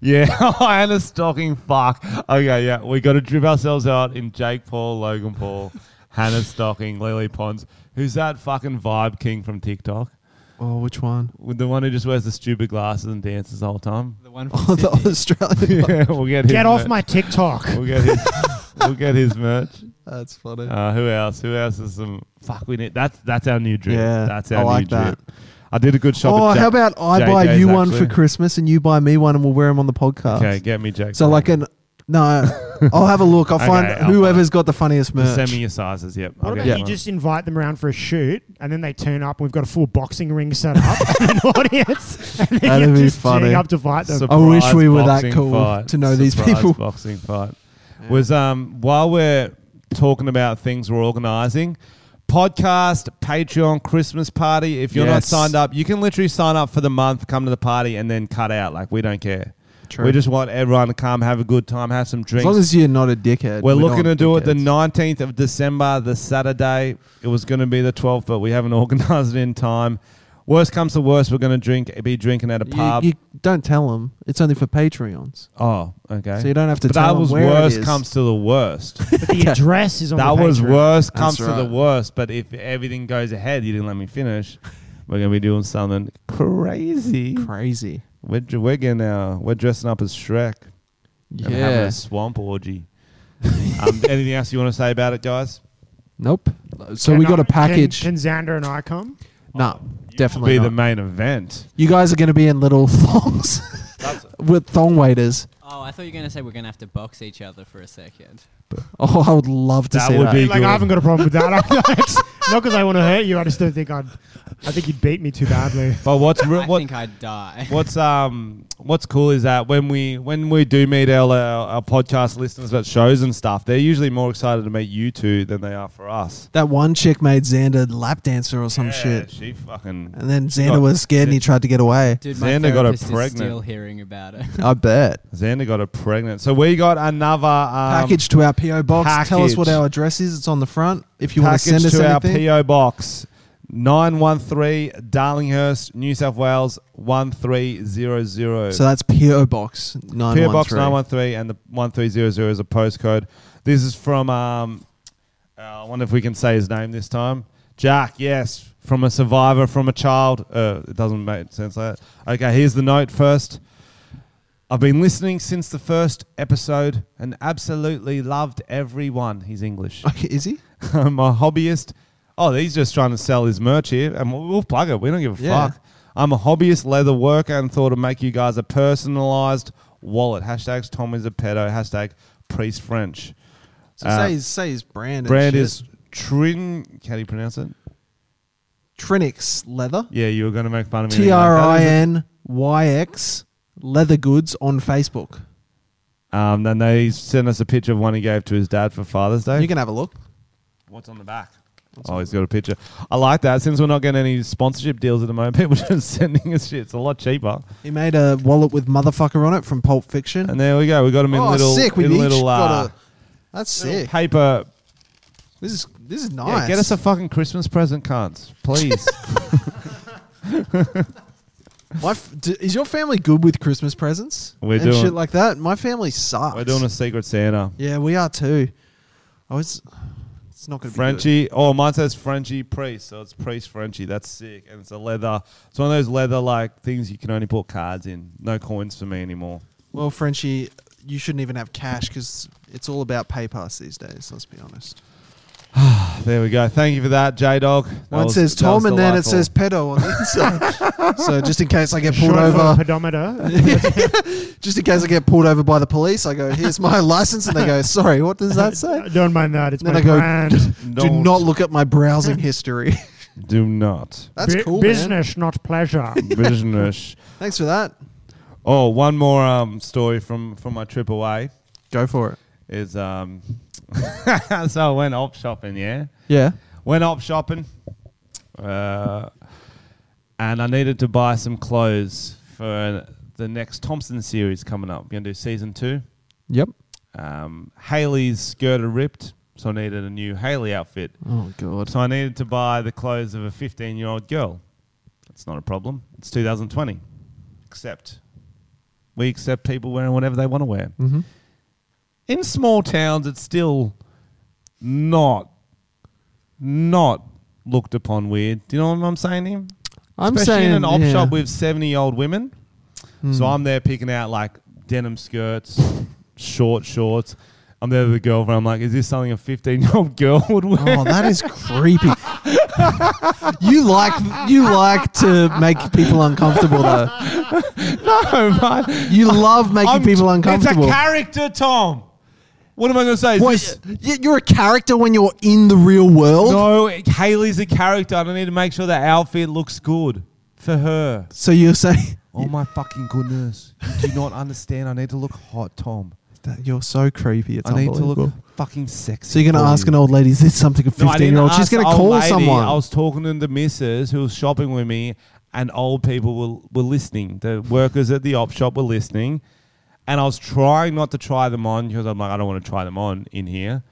S2: Yeah, Hannah Stocking. Fuck. Okay, yeah, we got to drip ourselves out in Jake Paul, Logan Paul, Hannah Stocking, Lily Pons. Who's that fucking vibe king from TikTok?
S1: Oh, which one?
S2: With The one who just wears the stupid glasses and dances the whole time.
S4: The one from
S1: Oh, the
S4: Sydney.
S1: Australian. one.
S2: yeah, we'll get. His
S3: Get off
S2: merch.
S3: my TikTok.
S2: We'll get his. we'll get his merch.
S1: That's funny.
S2: Uh, who else? Who else is some? Fuck, we need. That's that's our new drip.
S1: Yeah,
S2: that's
S1: I
S2: our
S1: like
S2: new
S1: that.
S2: drip. I did a good shop.
S1: oh,
S2: at Jack-
S1: how about I
S2: JJ's
S1: buy you one for
S2: actually.
S1: Christmas and you buy me one, and we'll wear them on the podcast.
S2: Okay, get me Jake.
S1: So
S2: Paul.
S1: like an no, I'll have a look. I'll
S2: Okay,
S1: find
S2: I'll
S1: whoever's got the funniest
S2: Just
S1: merch.
S2: send me your sizes. Yep.
S3: What
S2: I'll
S3: about
S2: get
S3: you
S2: one.
S3: just invite them around for a shoot and then they turn up and we've got a full boxing ring set up and an audience and then
S1: That'd
S3: you're
S1: be
S3: just
S1: funny.
S3: getting up to fight them.
S1: I wish we were that
S2: boxing
S1: cool to know these
S2: Surprise
S1: people.
S2: Boxing fight was um while we're talking about things we're organising. Podcast, Patreon, Christmas party. If you're
S1: Yes.
S2: not signed up, you can literally sign up for the month, come to the party, and then cut out. Like we don't care. We just want everyone to come, have a good time, have some
S1: as
S2: drinks.
S1: long as you're not a dickhead.
S2: We're
S1: we
S2: looking to
S1: don't
S2: do it the
S1: dickheads.
S2: 19th of December, the Saturday. It was going to be the 12th, but we haven't organised it in time. Worst comes to worst, we're going to drink, be drinking at a pub.
S1: You, you don't tell them. It's only for Patreons,
S2: oh, okay.
S1: so you don't have to
S2: but
S1: tell
S2: that was
S1: them where
S2: worst
S1: it is.
S2: comes to the worst.
S3: but the address is on
S2: that
S3: the
S2: was
S3: Patreon.
S2: worst
S1: That's
S2: comes to the
S1: right.
S2: worst. But if everything goes ahead, you didn't let me finish. We're going to be doing something crazy.
S1: crazy.
S2: We're, dr- we're going to, we're dressing up as Shrek. And having a swamp orgy. um, anything else you want to say about it, guys?
S1: Nope. So
S3: Can
S1: we got
S3: I-
S1: a package.
S3: Can, can Xander and I come?
S1: no,
S2: be
S1: definitely
S2: the
S1: not.
S2: main event.
S1: you guys are going to be in little thongs with thong waiters.
S4: Oh, I thought you were gonna say we're gonna have to box each other for a second.
S1: Oh, I would love to
S2: That
S1: see
S2: would
S1: that.
S2: be-
S3: Like
S2: good.
S3: I haven't got a problem with that. I'm not- not because I want to hurt you. I just don't think I'd. I think you'd beat me too badly.
S2: But what's re-
S4: I
S2: what,
S4: think I'd die.
S2: what's um what's cool is that when we when we do meet our, our our podcast listeners at shows and stuff, they're usually more excited to meet you two than they are for us.
S1: that one chick made Xander lap dancer or some
S2: Yeah,
S1: shit, Uh,
S2: She fucking.
S1: and then Xander
S2: got-
S1: was scared and he tried to get away.
S4: Dude, my
S2: Xander got her
S4: therapist is
S2: pregnant.
S4: still hearing about it.
S1: I bet.
S2: Xander got her pregnant, so we got another um,
S1: package to our PO box. Tell us what
S2: package.
S1: our address is. It's on the front. If you want to
S2: package
S1: send us
S2: to our
S1: anything,
S2: PO box. 913 Darlinghurst, New South Wales 1300.
S1: so that's PO box nine
S2: PO
S1: one
S2: Box
S1: three.
S2: 913 and the 1300 is a postcode. This is from, um, uh, I wonder if we can say his name this time. Jack, yes, from a survivor, from a child. Uh, it doesn't make sense like that. Okay, here's the note first. I've been listening since the first episode and absolutely loved everyone. He's English.
S1: Okay, is he?
S2: I'm a hobbyist. Oh, he's just trying to sell his merch here, and we'll, we'll plug it. We don't give a
S1: Yeah.
S2: fuck. I'm a hobbyist leather worker and thought I'd make you guys a personalized wallet. Hashtags Tom is a pedo. Hashtag priest French.
S1: So
S2: Uh,
S1: say his say his brand.
S2: Brand
S1: and shit.
S2: is Trin. How do you pronounce it?
S1: Trinix leather.
S2: Yeah, you were going to make fun of me.
S1: T
S2: then, like,
S1: R
S2: that
S1: I
S2: is a-
S1: N Y X leather goods on Facebook.
S2: Um, then they sent us a picture of one he gave to his dad for Father's Day.
S1: You can have a look.
S2: What's on the back? Oh, he's got a picture. I like that. Since we're not getting any sponsorship deals at the moment, people are just sending us shit. It's a lot cheaper.
S1: He made a wallet with motherfucker on it from Pulp Fiction.
S2: And there we go. We got him in
S1: oh,
S2: little,
S1: sick! We
S2: in
S1: each
S2: little,
S1: got
S2: uh,
S1: a. That's
S2: little
S1: sick.
S2: paper.
S1: This is this is
S2: Yeah,
S1: nice.
S2: get us a fucking Christmas present, cunts, please.
S1: My f- d- is your family good with Christmas presents
S2: We're
S1: and
S2: doing-
S1: shit like that? My family sucks.
S2: we're doing a Secret Santa.
S1: Yeah, we are too. I was. It's not going to be good.
S2: Frenchie. Oh, mine says Frenchie Priest, so it's Priest Frenchie. That's sick. And it's a leather. It's one of those leather like things you can only put cards in. No coins for me anymore.
S1: Well, Frenchie, you shouldn't even have cash because it's all about PayPass these days. Let's be honest.
S2: There we go. Thank you for that, J Dog.
S1: One says Tom, and then it says pedo on the inside. so just in case I get pulled
S3: Short for
S1: over,
S3: pedometer.
S1: just in case I get pulled over by the police, I go, "Here's my license," and they go, "Sorry, what does that say?"
S3: Don't mind that. It's
S1: Then
S3: my
S1: I go,
S3: brand.
S1: Do not look at my browsing history.
S2: Do not.
S1: That's
S3: Bu-
S1: cool, man.
S3: Business, not pleasure.
S2: Business.
S1: Thanks for that.
S2: Oh, one more um, story from from my trip away
S1: Go for it.
S2: is um, so I went op shopping. Yeah,
S1: Yeah.
S2: went op shopping, uh, and I needed to buy some clothes for the next Thompson series coming up. We're gonna do season two.
S1: Yep.
S2: Um, Haley's skirt ripped, so I needed a new Haley outfit.
S1: Oh god.
S2: So I needed to buy the clothes of a 15 year old girl. That's not a problem. It's 2020. Accept. We accept people wearing whatever they want to wear.
S1: Mm-hmm.
S2: In small towns, it's still not, not looked upon weird. Do you know what I'm saying here?
S1: I'm
S2: Especially
S1: saying
S2: in an op
S1: yeah.
S2: shop with 70 year old women. So
S1: Mm.
S2: I'm there picking out like denim skirts, short shorts. I'm there with a girlfriend. I'm like, is this something a 15 year old girl would wear?
S1: Oh, that is creepy. you like you like to make people uncomfortable though.
S2: no, man.
S1: You love making
S2: I'm-
S1: people uncomfortable.
S2: It's a character, Tom. What am I going to say? Is
S1: What,
S2: this-
S1: y- you're a character when you're in the real world.
S2: no, Haley's a character. I need to make sure that outfit looks good for her.
S1: So you're saying
S2: Oh my fucking goodness! You do not understand. I need to look hot, Tom.
S1: that you're so creepy. It's
S2: I need to look
S1: unbelievable.
S2: fucking sexy.
S1: So you're gonna
S2: for
S1: ask
S2: you.
S1: an old lady, is this something a
S2: No, I
S1: 15
S2: didn't
S1: year old? She's
S2: ask
S1: gonna
S2: the old
S1: call
S2: lady.
S1: someone.
S2: I was talking to the missus who was shopping with me, and old people were, were listening. The workers at the op shop were listening, and I was trying not to try them on because I'm like, I don't want to try them on in here.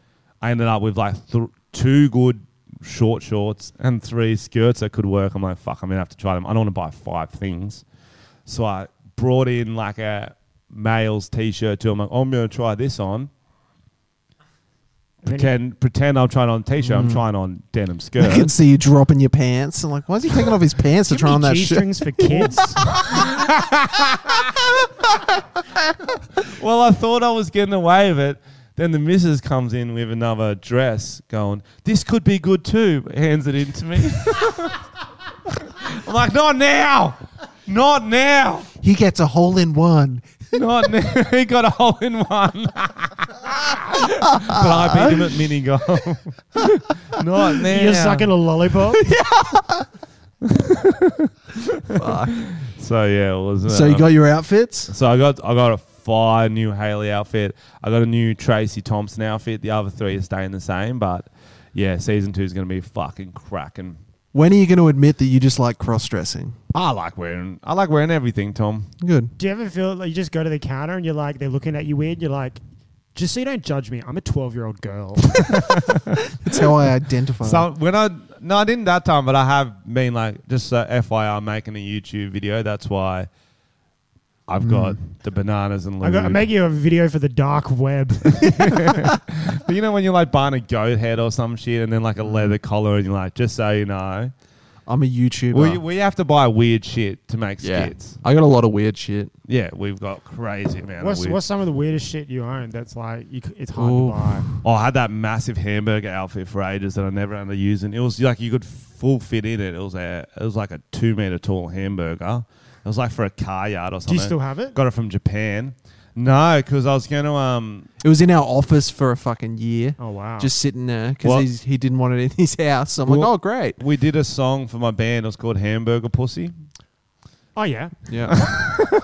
S2: I ended up with like th- two good short shorts and three skirts that could work. I'm like, fuck, I'm gonna have to try them. I don't want to buy five things, so I brought in like a male's t-shirt too. I'm like, I'm gonna try this on
S3: Then-
S2: pretend pretend I'm trying on a t-shirt. I'm trying on denim skirt.
S1: I can see you dropping your pants. I'm like, why is he taking off his pants to
S3: Give
S1: try
S3: me
S1: on that shirt?
S3: G-strings for kids.
S2: well, I thought I was getting away with it. Then the missus comes in with another dress, going, "This could be good too." Hands it in to me. I'm like, "Not now, not now,
S1: He gets a hole in one.
S2: not now." he got a hole in one, but I beat him at mini golf. not now.
S3: You're sucking a lollipop.
S2: so yeah, it was.
S1: So you
S2: um,
S1: got your outfits?
S2: So I got I got a fire new Haley outfit. I got a new Tracy Thompson outfit. The other three are staying the same, but yeah, season two is gonna be fucking cracking.
S1: When are you going to admit that you just like cross dressing?
S2: I like wearing I like wearing everything, Tom.
S1: Good.
S3: Do you ever feel like you just go to the counter and you're like, they're looking at you weird? You're like, just so you don't judge me, I'm a 12 year old girl.
S1: That's how I identify.
S3: Uh-huh.
S2: So when I no, I didn't that time, but I have been like just uh, FYI, I'm making a YouTube video. That's why I've got the bananas and
S3: Hmm. I got, I'm
S2: lube.
S3: making you a video for the dark web.
S2: But you know when you're like buying a goat head or some shit, and then like a
S3: Hmm.
S2: leather collar, and you're like, just so you know,
S1: I'm a YouTuber.
S2: we, we have to buy weird shit to make
S1: Yeah.
S2: skits.
S1: I got a lot of weird shit.
S2: Yeah, we've got crazy amount
S3: what's,
S2: of weird.
S3: what's some of the weirdest shit you own that's like, you, c- it's hard
S1: Ooh.
S3: to buy?
S2: oh, I had that massive hamburger outfit for ages that I never ended up using. It was like you could full fit in it. It was a it was like a two meter tall hamburger. It was like for a car yard or
S3: Do
S2: something.
S3: you still have it?
S2: Got it from Japan. No, because I was going to um.
S1: It was in our office for a fucking year,
S3: Oh wow!
S1: just sitting there
S2: Well-
S1: because he didn't want it in his house. I'm like,
S2: Well-
S1: oh great,
S2: We did a song for my band. It was called Hamburger Pussy,
S3: oh yeah.
S1: yeah.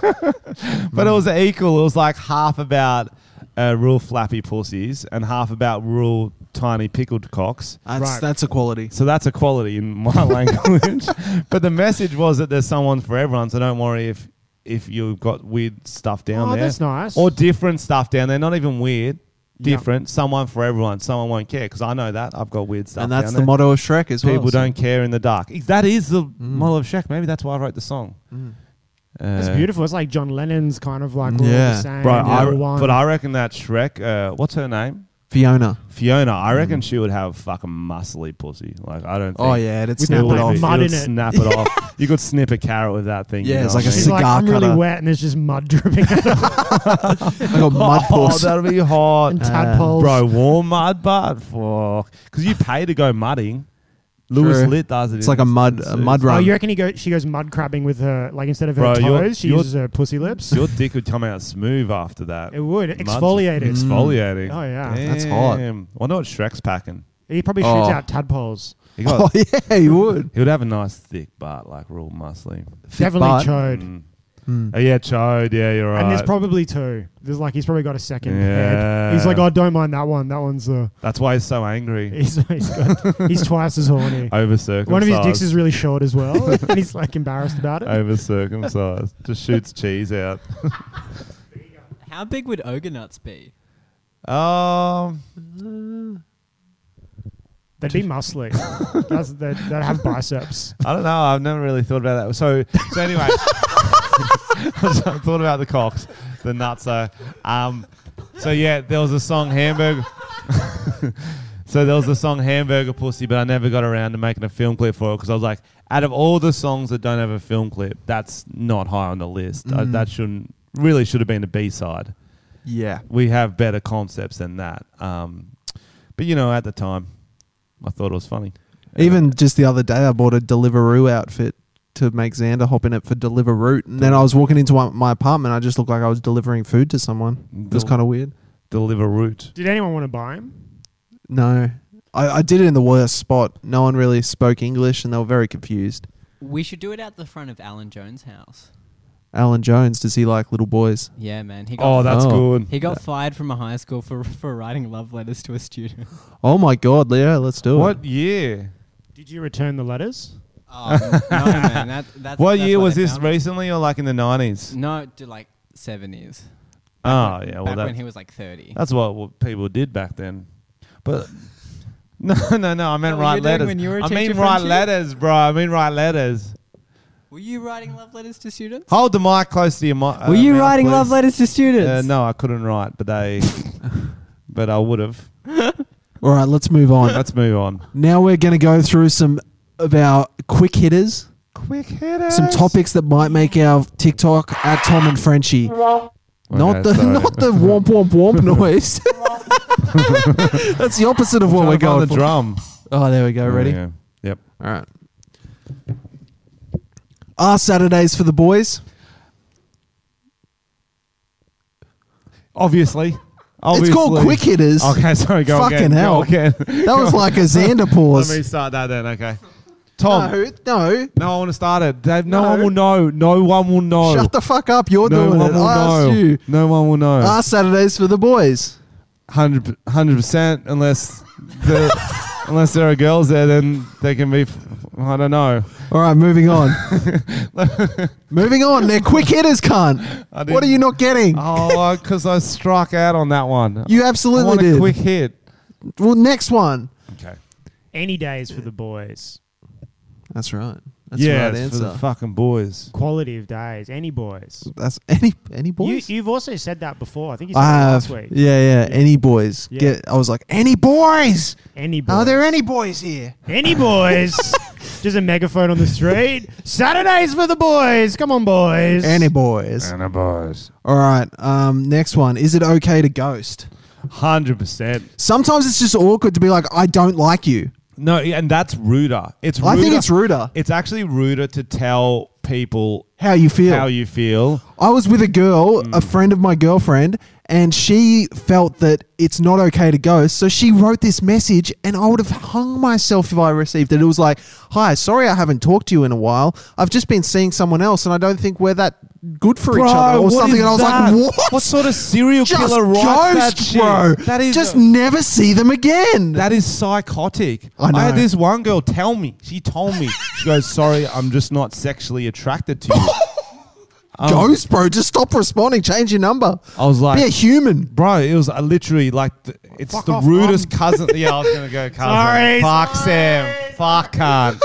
S2: but it was equal. It was like half about uh, real flappy pussies and half about real tiny pickled cocks.
S1: That's
S3: Right.
S1: that's a quality.
S2: So that's a quality in my language. but the message was that there's someone for everyone. So don't worry if if you've got weird stuff down
S3: oh,
S2: there
S3: that's nice.
S2: or different stuff down there. Not even weird,
S3: Yeah.
S2: different. Someone for everyone. Someone won't care because I know that I've got weird stuff.
S1: And that's
S2: down
S1: the
S2: there.
S1: motto of Shrek as well.
S2: People
S1: so-
S2: don't care in the dark. Ex- That is the model of Shrek. Maybe that's why I wrote the song.
S1: Mm.
S3: That's
S2: Uh,
S3: beautiful. It's like John Lennon's kind of like all
S1: Yeah.
S3: the same.
S2: Bro,
S3: they're
S2: I,
S3: all one.
S2: but I reckon that Shrek, uh, what's her name?
S1: Fiona.
S2: Fiona. I reckon she would have fucking muscly pussy. Like I don't. Think
S1: Mm. Oh yeah, it'd
S3: With
S1: snap
S3: that
S1: it
S2: would
S3: like
S1: off.
S2: it
S3: mud in
S2: would
S3: it.
S2: Snap it off. You could snip a carrot with that thing.
S1: Yeah,
S2: you
S1: it's
S2: know
S1: like a
S2: what I mean?
S3: She's like,
S1: cigar
S3: I'm really
S1: cutter.
S3: wet, and there's just mud dripping out of
S1: I got mud
S2: Oh,
S1: paws.
S2: that'll be hot,
S3: and tadpoles.
S2: bro. Warm mud, but fuck, because you pay to go mudding. Lewis
S1: True.
S2: Lit does it.
S1: It's
S2: in
S1: like a mud a
S2: Suits.
S1: mud
S3: Oh,
S1: run.
S3: you reckon he go? She goes mud crabbing with her, like instead of her
S2: Bro,
S3: toes,
S2: you're-
S3: she
S2: you're-
S3: uses her pussy lips.
S2: Your dick would come out smooth after that.
S3: It would
S2: Mud's
S3: exfoliate it.
S1: Mm.
S2: Exfoliating.
S3: Oh, yeah.
S1: That's hot.
S2: Damn. Wonder what Shrek's packing.
S3: He probably shoots
S1: Oh.
S3: out tadpoles.
S2: He got
S1: Oh yeah, you would.
S2: He would have a nice thick butt, like real muscly.
S3: Definitely
S1: butt.
S3: chode.
S2: Mm.
S1: Mm.
S2: Oh yeah, chode. Yeah, you're right.
S3: And there's probably two. There's like he's probably got a second head. He's
S2: Yeah.
S3: like, oh, don't mind that one. That one's uh,
S2: That's why he's so angry.
S3: he's he's, got, he's twice as horny.
S2: Over circumcised.
S3: One of his dicks is really short as well, and he's like embarrassed about it.
S2: over circumcised. Just shoots cheese out.
S4: How big would ogre nuts be?
S2: Um,
S3: They'd be muscly. That's, they'd, they'd have biceps.
S2: I don't know. I've never really thought about that. So, so anyway, So I thought about the cocks, the nuts. So, um, so yeah, there was a song Hamburger. so there was the song Hamburger Pussy, but I never got around to making a film clip for it because I was like, out of all the songs that don't have a film clip, that's not high on the list. I,
S1: Mm.
S2: that shouldn't really should have been a B side.
S1: Yeah.
S2: We have better concepts than that. Um, but you know, at the time, I thought it was funny.
S1: Even just the other day, I bought a Deliveroo outfit to make Xander hop in it for Deliveroo, and then I was walking into my, my apartment. I just looked like I was delivering food to someone. It was
S2: Del-
S1: kind of weird.
S2: deliver route.
S3: Did anyone want to buy him?
S1: No, I, I did it in the worst spot. No one really spoke English, and they were very confused.
S4: We should do it out the front of Alan Jones' house.
S1: Alan Jones, does he like little boys?
S4: Yeah, man. He got
S2: Oh, that's
S1: Oh.
S2: good.
S4: he got fired from a high school for for writing love letters to a student.
S1: Oh my God, Leo, let's do it.
S2: What year?
S3: Did you return the letters?
S4: Oh no, man. That, that's,
S2: What
S4: that's
S2: year
S4: why
S2: was
S4: they
S2: this?
S4: found him.
S2: Recently or like in the nineties?
S4: No, to like seventies.
S2: Oh yeah, well
S4: back when he
S2: that,
S4: was like thirty.
S2: that's what w- people did back then. But no, no, no. I meant
S4: what you were
S2: write
S4: doing
S2: letters.
S4: when you were a
S2: I mean
S4: teacher
S2: write
S4: friendship?
S2: letters, bro. I mean write letters.
S4: Were you writing love letters to students?
S2: Hold the mic close to your mic. uh,
S4: Were you
S2: mouth,
S4: writing love
S2: please.
S4: letters to students?
S2: Uh, no, I couldn't write, but they, but I would have.
S1: All right, let's move on.
S2: Let's move on.
S1: now we're gonna go through some of our quick hitters,
S2: Quick hitters.
S1: some topics that might make our TikTok at Tom and Frenchie. not the not the womp womp womp noise. That's the opposite of what we're going
S2: the
S1: for.
S2: drum.
S1: Oh, there we go. Ready?
S2: Yeah. Yep.
S1: All right. Are Saturdays for the boys?
S2: Obviously. Obviously.
S1: It's called quick hitters.
S2: Okay, sorry. Go
S1: Fucking
S2: again.
S1: hell.
S2: Go again.
S1: That was like a Xander pause.
S2: Let me start that then. Okay. Tom. No,
S1: No, no.
S2: I want to start it. Dave, no,
S1: No.
S2: one will know. No one will know.
S1: Shut the fuck up. You're
S2: no
S1: doing
S2: one
S1: it.
S2: will
S1: I
S2: know.
S1: asked you.
S2: No one will know.
S1: Are Saturdays for the boys?
S2: Hundred percent. Unless the, unless there are girls there, then they can be. f- I don't know.
S1: All right, moving on. moving on. They're quick hitters, cunt.
S2: I
S1: What are you not getting?
S2: Oh, because I struck out on that one.
S1: You
S2: I
S1: absolutely
S2: want a
S1: did.
S2: quick hit.
S1: Well, next one.
S2: Okay.
S3: Any days for the boys.
S1: That's right. That's
S2: yeah,
S1: the right
S2: it's for the
S1: answer.
S2: fucking boys.
S3: Quality of days. Any boys.
S1: That's any any boys.
S3: You, you've also said that before. I think you said
S1: I
S3: that
S1: have.
S3: last week.
S1: Yeah, yeah. Any boys?
S3: Yeah.
S1: Get. I was like, any boys?
S3: Any boys.
S1: Are there any boys here?
S3: Any boys? Just a megaphone on the street. Saturdays for the boys. Come on, boys.
S1: Any boys?
S2: And the boys.
S1: All right. Um. Next one. Is it okay to ghost?
S2: Hundred percent.
S1: Sometimes it's just awkward to be like, I don't like you.
S2: No, and that's ruder. It's ruder.
S1: I think it's ruder.
S2: It's actually ruder to tell people
S1: How you feel?
S2: how you feel.
S1: I was with a girl,
S2: Hmm.
S1: a friend of my girlfriend, and she felt that it's not okay to ghost. So she wrote this message, and I would have hung myself if I received it. It was like, Hi, sorry I haven't talked to you in a while. I've just been seeing someone else, and I don't think we're that good for each other or
S2: what
S1: something.
S2: is
S1: And I was
S2: that?
S1: like, What?
S2: sort of serial
S1: just
S2: killer writes that
S1: ghost,
S2: shit?
S1: bro.
S2: That is
S1: just never see them again.
S2: That is psychotic.
S1: I know.
S2: had this one girl tell me. She told me. She goes, "Sorry, I'm just not sexually attracted to you." Um,
S1: ghost, bro. Just stop responding. Change your number.
S2: I was like,
S1: Be a human.
S2: bro, it was uh, literally like the, it's
S3: Fuck
S2: the
S3: off,
S2: rudest cousin. Yeah, I was gonna go cousin.
S3: Sorry,
S2: Fuck
S3: sorry.
S2: Sam. Fuck can't.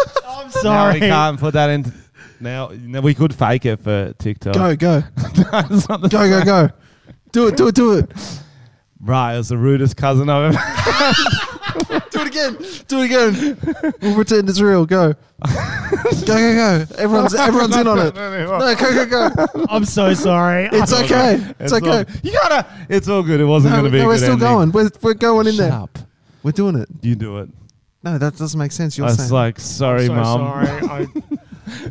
S2: Now
S3: I'm
S2: we
S3: sorry.
S2: can't put that in. Now, now we could fake it for TikTok.
S1: Go, go.
S2: It's not the-
S1: Go, go, go. Do it, do it, do it.
S2: Right, it was the rudest cousin I've ever.
S1: Do it again. Do it again. We'll pretend it's real. Go. go, go, go. Everyone's everyone's in on it. No, go, go, go.
S3: I'm so sorry.
S1: It's okay. It's,
S2: all-
S1: okay.
S2: you gotta. It's all good. It wasn't
S1: No,
S2: gonna be. a
S1: no, we're
S2: good
S1: still
S2: ending.
S1: going. We're, we're going in
S2: Shut
S1: there.
S2: up.
S1: We're doing it.
S2: You do it.
S1: No, that doesn't make sense.
S2: I
S1: You're
S2: was
S1: saying.
S2: like, sorry,
S3: so
S2: mum.
S3: sorry. I,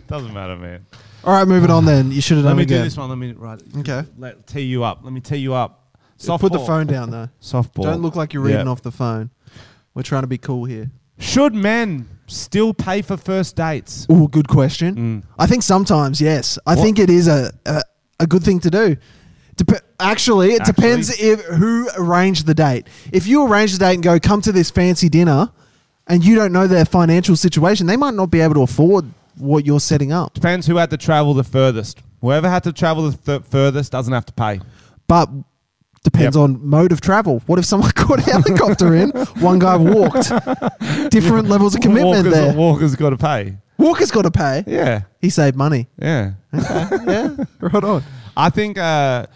S2: Doesn't matter, man.
S1: All right, moving on then. You should have
S2: Let
S1: done
S2: me
S1: it again.
S2: do this one. Let me right.
S1: Okay.
S2: Let tee you up. Let me tee you up. Softball.
S1: Put the phone down though.
S2: Softball.
S1: Don't look like you're reading
S2: Yeah.
S1: off the phone. We're trying to be cool here.
S2: Should men still pay for first dates?
S1: Oh, good question.
S2: Mm.
S1: I think sometimes, yes. I
S2: What-
S1: think it is a, a, a good thing to do. Dep- actually, it depends if who arranged the date. If you arrange the date and go, come to this fancy dinner, and you don't know their financial situation, they might not be able to afford what you're setting up.
S2: Depends who had to travel the furthest. Whoever had to travel the th- furthest doesn't have to pay.
S1: But depends
S2: Yep.
S1: on mode of travel. What if someone caught a helicopter in? One guy walked. Different levels of commitment
S2: Walker's,
S1: there.
S2: Walker's got to pay.
S1: Walker's got to pay.
S2: Yeah,
S1: He saved money.
S2: yeah.
S1: yeah, right on.
S2: I think uh,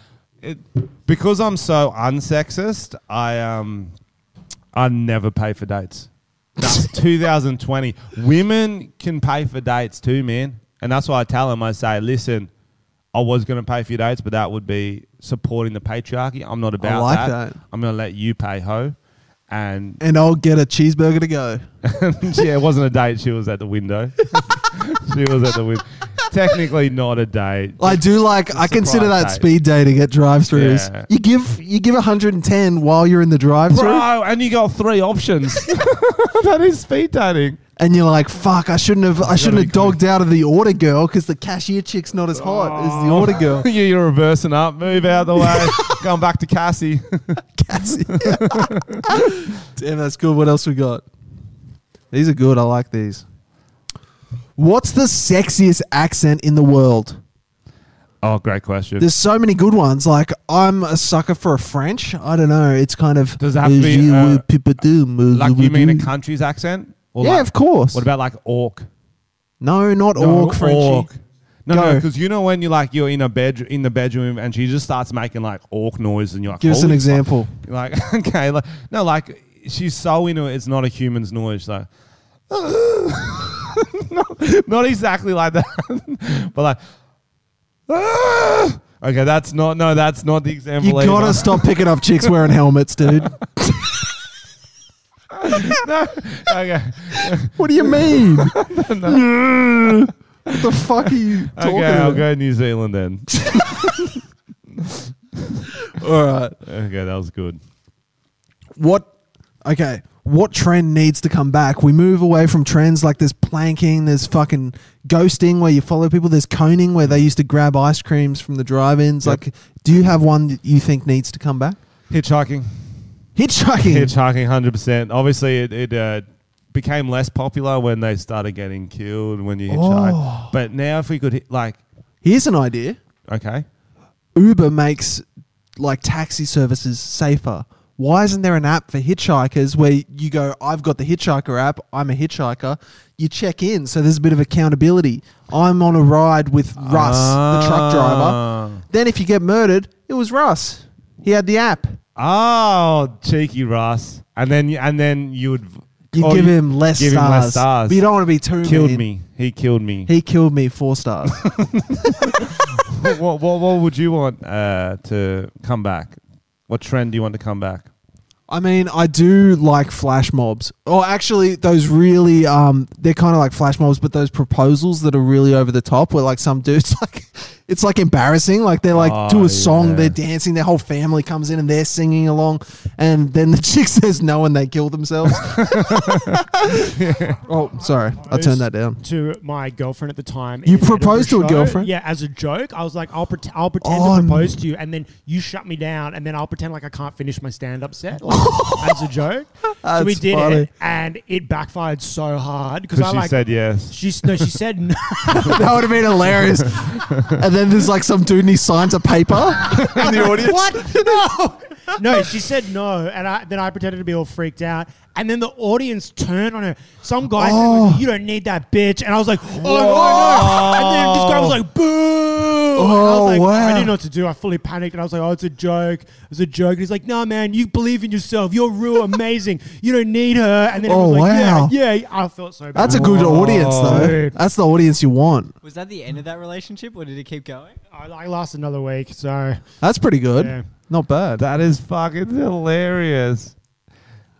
S2: it, because I'm so unsexist, I um, I never pay for dates. That's 2020. Women can pay for dates too, man, and that's why I tell them. I say, listen, I was going to pay for your dates, but that would be supporting the patriarchy. I'm not about
S1: like that.
S2: I'm going to let you pay, ho. And
S1: And I'll get a cheeseburger to go.
S2: yeah, it wasn't a date. She was at the window. she was at the window. Technically, not a date.
S1: I do like. I consider that
S2: surprise date.
S1: speed dating at drive-throughs.
S2: Yeah.
S1: You give you give 110 while you're in the drive-through,
S2: Bro, and you got three options. that is speed dating.
S1: and you're like, "Fuck! I shouldn't have. I shouldn't
S2: be
S1: have dogged out of the order girl because the cashier chick's not as hot as the order girl."
S2: yeah, Oh, you're reversing up. Move out the way. Going back to Cassie.
S1: Cassie. Damn, that's good. What else we got? These are good. I like these. What's the sexiest accent in the world?
S2: oh, great question.
S1: There's so many good ones. Like I'm a sucker for a French. I don't know. It's kind of
S2: Does that have to be, uh, like, you mean a country's accent? Or
S1: Yeah,
S2: like-
S1: of course.
S2: What about like orc?
S1: No, not
S2: No,
S1: orc Frenchie.
S2: No, no,
S1: Go.
S2: because you know when you're like you're in a bed in the bedroom and she just starts making like orc noise and you're like,
S1: Give us an
S2: "Holy fuck."
S1: example.
S2: Like okay, like no, like she's so into it, it's not a human's noise. Like not, not exactly like that, but like okay, that's not no, that's not the example.
S1: You gotta
S2: either.
S1: stop picking up chicks wearing helmets, dude.
S2: okay,
S1: what do you mean? what the fuck are you talking
S2: okay, I'll
S1: about?
S2: go New Zealand then.
S1: All right.
S2: okay, that was good.
S1: What? Okay. What trend needs to come back? We move away from trends like there's planking, there's fucking ghosting where you follow people, there's coning where they used to grab ice creams from the drive-ins.
S2: Yep.
S1: Like, do you have one that you think needs to come back?
S2: Hitchhiking.
S1: Hitchhiking.
S2: Hitchhiking, hundred percent. Obviously, it, it uh, became less popular when they started getting killed when you hitchhike.
S1: Oh.
S2: But now, if we could, hit, like,
S1: Here's an idea.
S2: okay,
S1: Uber makes like taxi services safer. Why isn't there an app for hitchhikers where you go, I've got the hitchhiker app, I'm a hitchhiker, you check in, so there's a bit of accountability. I'm on a ride with Russ, the truck
S2: Ah.
S1: driver. Then if you get murdered, it was Russ. He had the app.
S2: Oh, cheeky Russ! And then, you- and then you would
S1: You
S2: oh,
S1: give him less
S2: give
S1: stars.
S2: him less stars.
S1: But you don't want to be too
S2: killed
S1: mean.
S2: me. He killed me.
S1: He killed me four stars.
S2: what, what, what would you want uh, to come back? What trend do you want to come back?
S1: I mean, I do like flash mobs. Or actually, those really, um, they're kind of like flash mobs, but those proposals that are really over the top, where like some dudes like, it's like embarrassing. Like they're like do
S2: Oh,
S1: a song,
S2: yeah.
S1: they're dancing, their whole family comes in and they're singing along, and then the chick says no and they kill themselves. oh, sorry, I turned that down.
S3: to my girlfriend at the time.
S1: You
S3: in an
S1: proposed to a
S3: Edinburgh show.
S1: girlfriend?
S3: Yeah, as a joke. I was like, I'll, pret- I'll pretend
S1: Oh,
S3: to propose to you, and then you shut me down, and then I'll pretend like I can't finish my stand up set like, as a joke. so we
S1: That's
S3: did
S1: funny.
S3: it, and it backfired so hard because
S2: Because
S3: I
S2: she
S3: like.
S2: said yes.
S3: She's, no, she said no.
S1: That would have been hilarious. and then there's like some dude and he signs a paper.
S2: In the audience?
S3: no, she said no, and I, then I pretended to be all freaked out, and then the audience turned on her. Some guy
S1: Oh.
S3: said, "You don't need that bitch," and I was like, "Oh no, no!" And then this guy was like, "Boo!" and I
S1: Oh,
S3: was like,
S1: wow.
S3: I didn't know what to do. I fully panicked, and I was like, "Oh, it's a joke. It's a joke." And he's like, "No, man, you believe in yourself. You're real, amazing. You don't need her." And then it
S1: Oh,
S3: was like,
S1: wow.
S3: "Yeah, yeah." I felt so bad.
S1: That's a good
S2: Whoa.
S1: audience, though.
S3: Dude.
S1: That's the audience you want.
S4: Was that the end of that relationship, or did it keep going?
S3: I, I lasted another week, so
S1: That's pretty good.
S3: yeah.
S1: Not bad.
S2: That is fucking hilarious.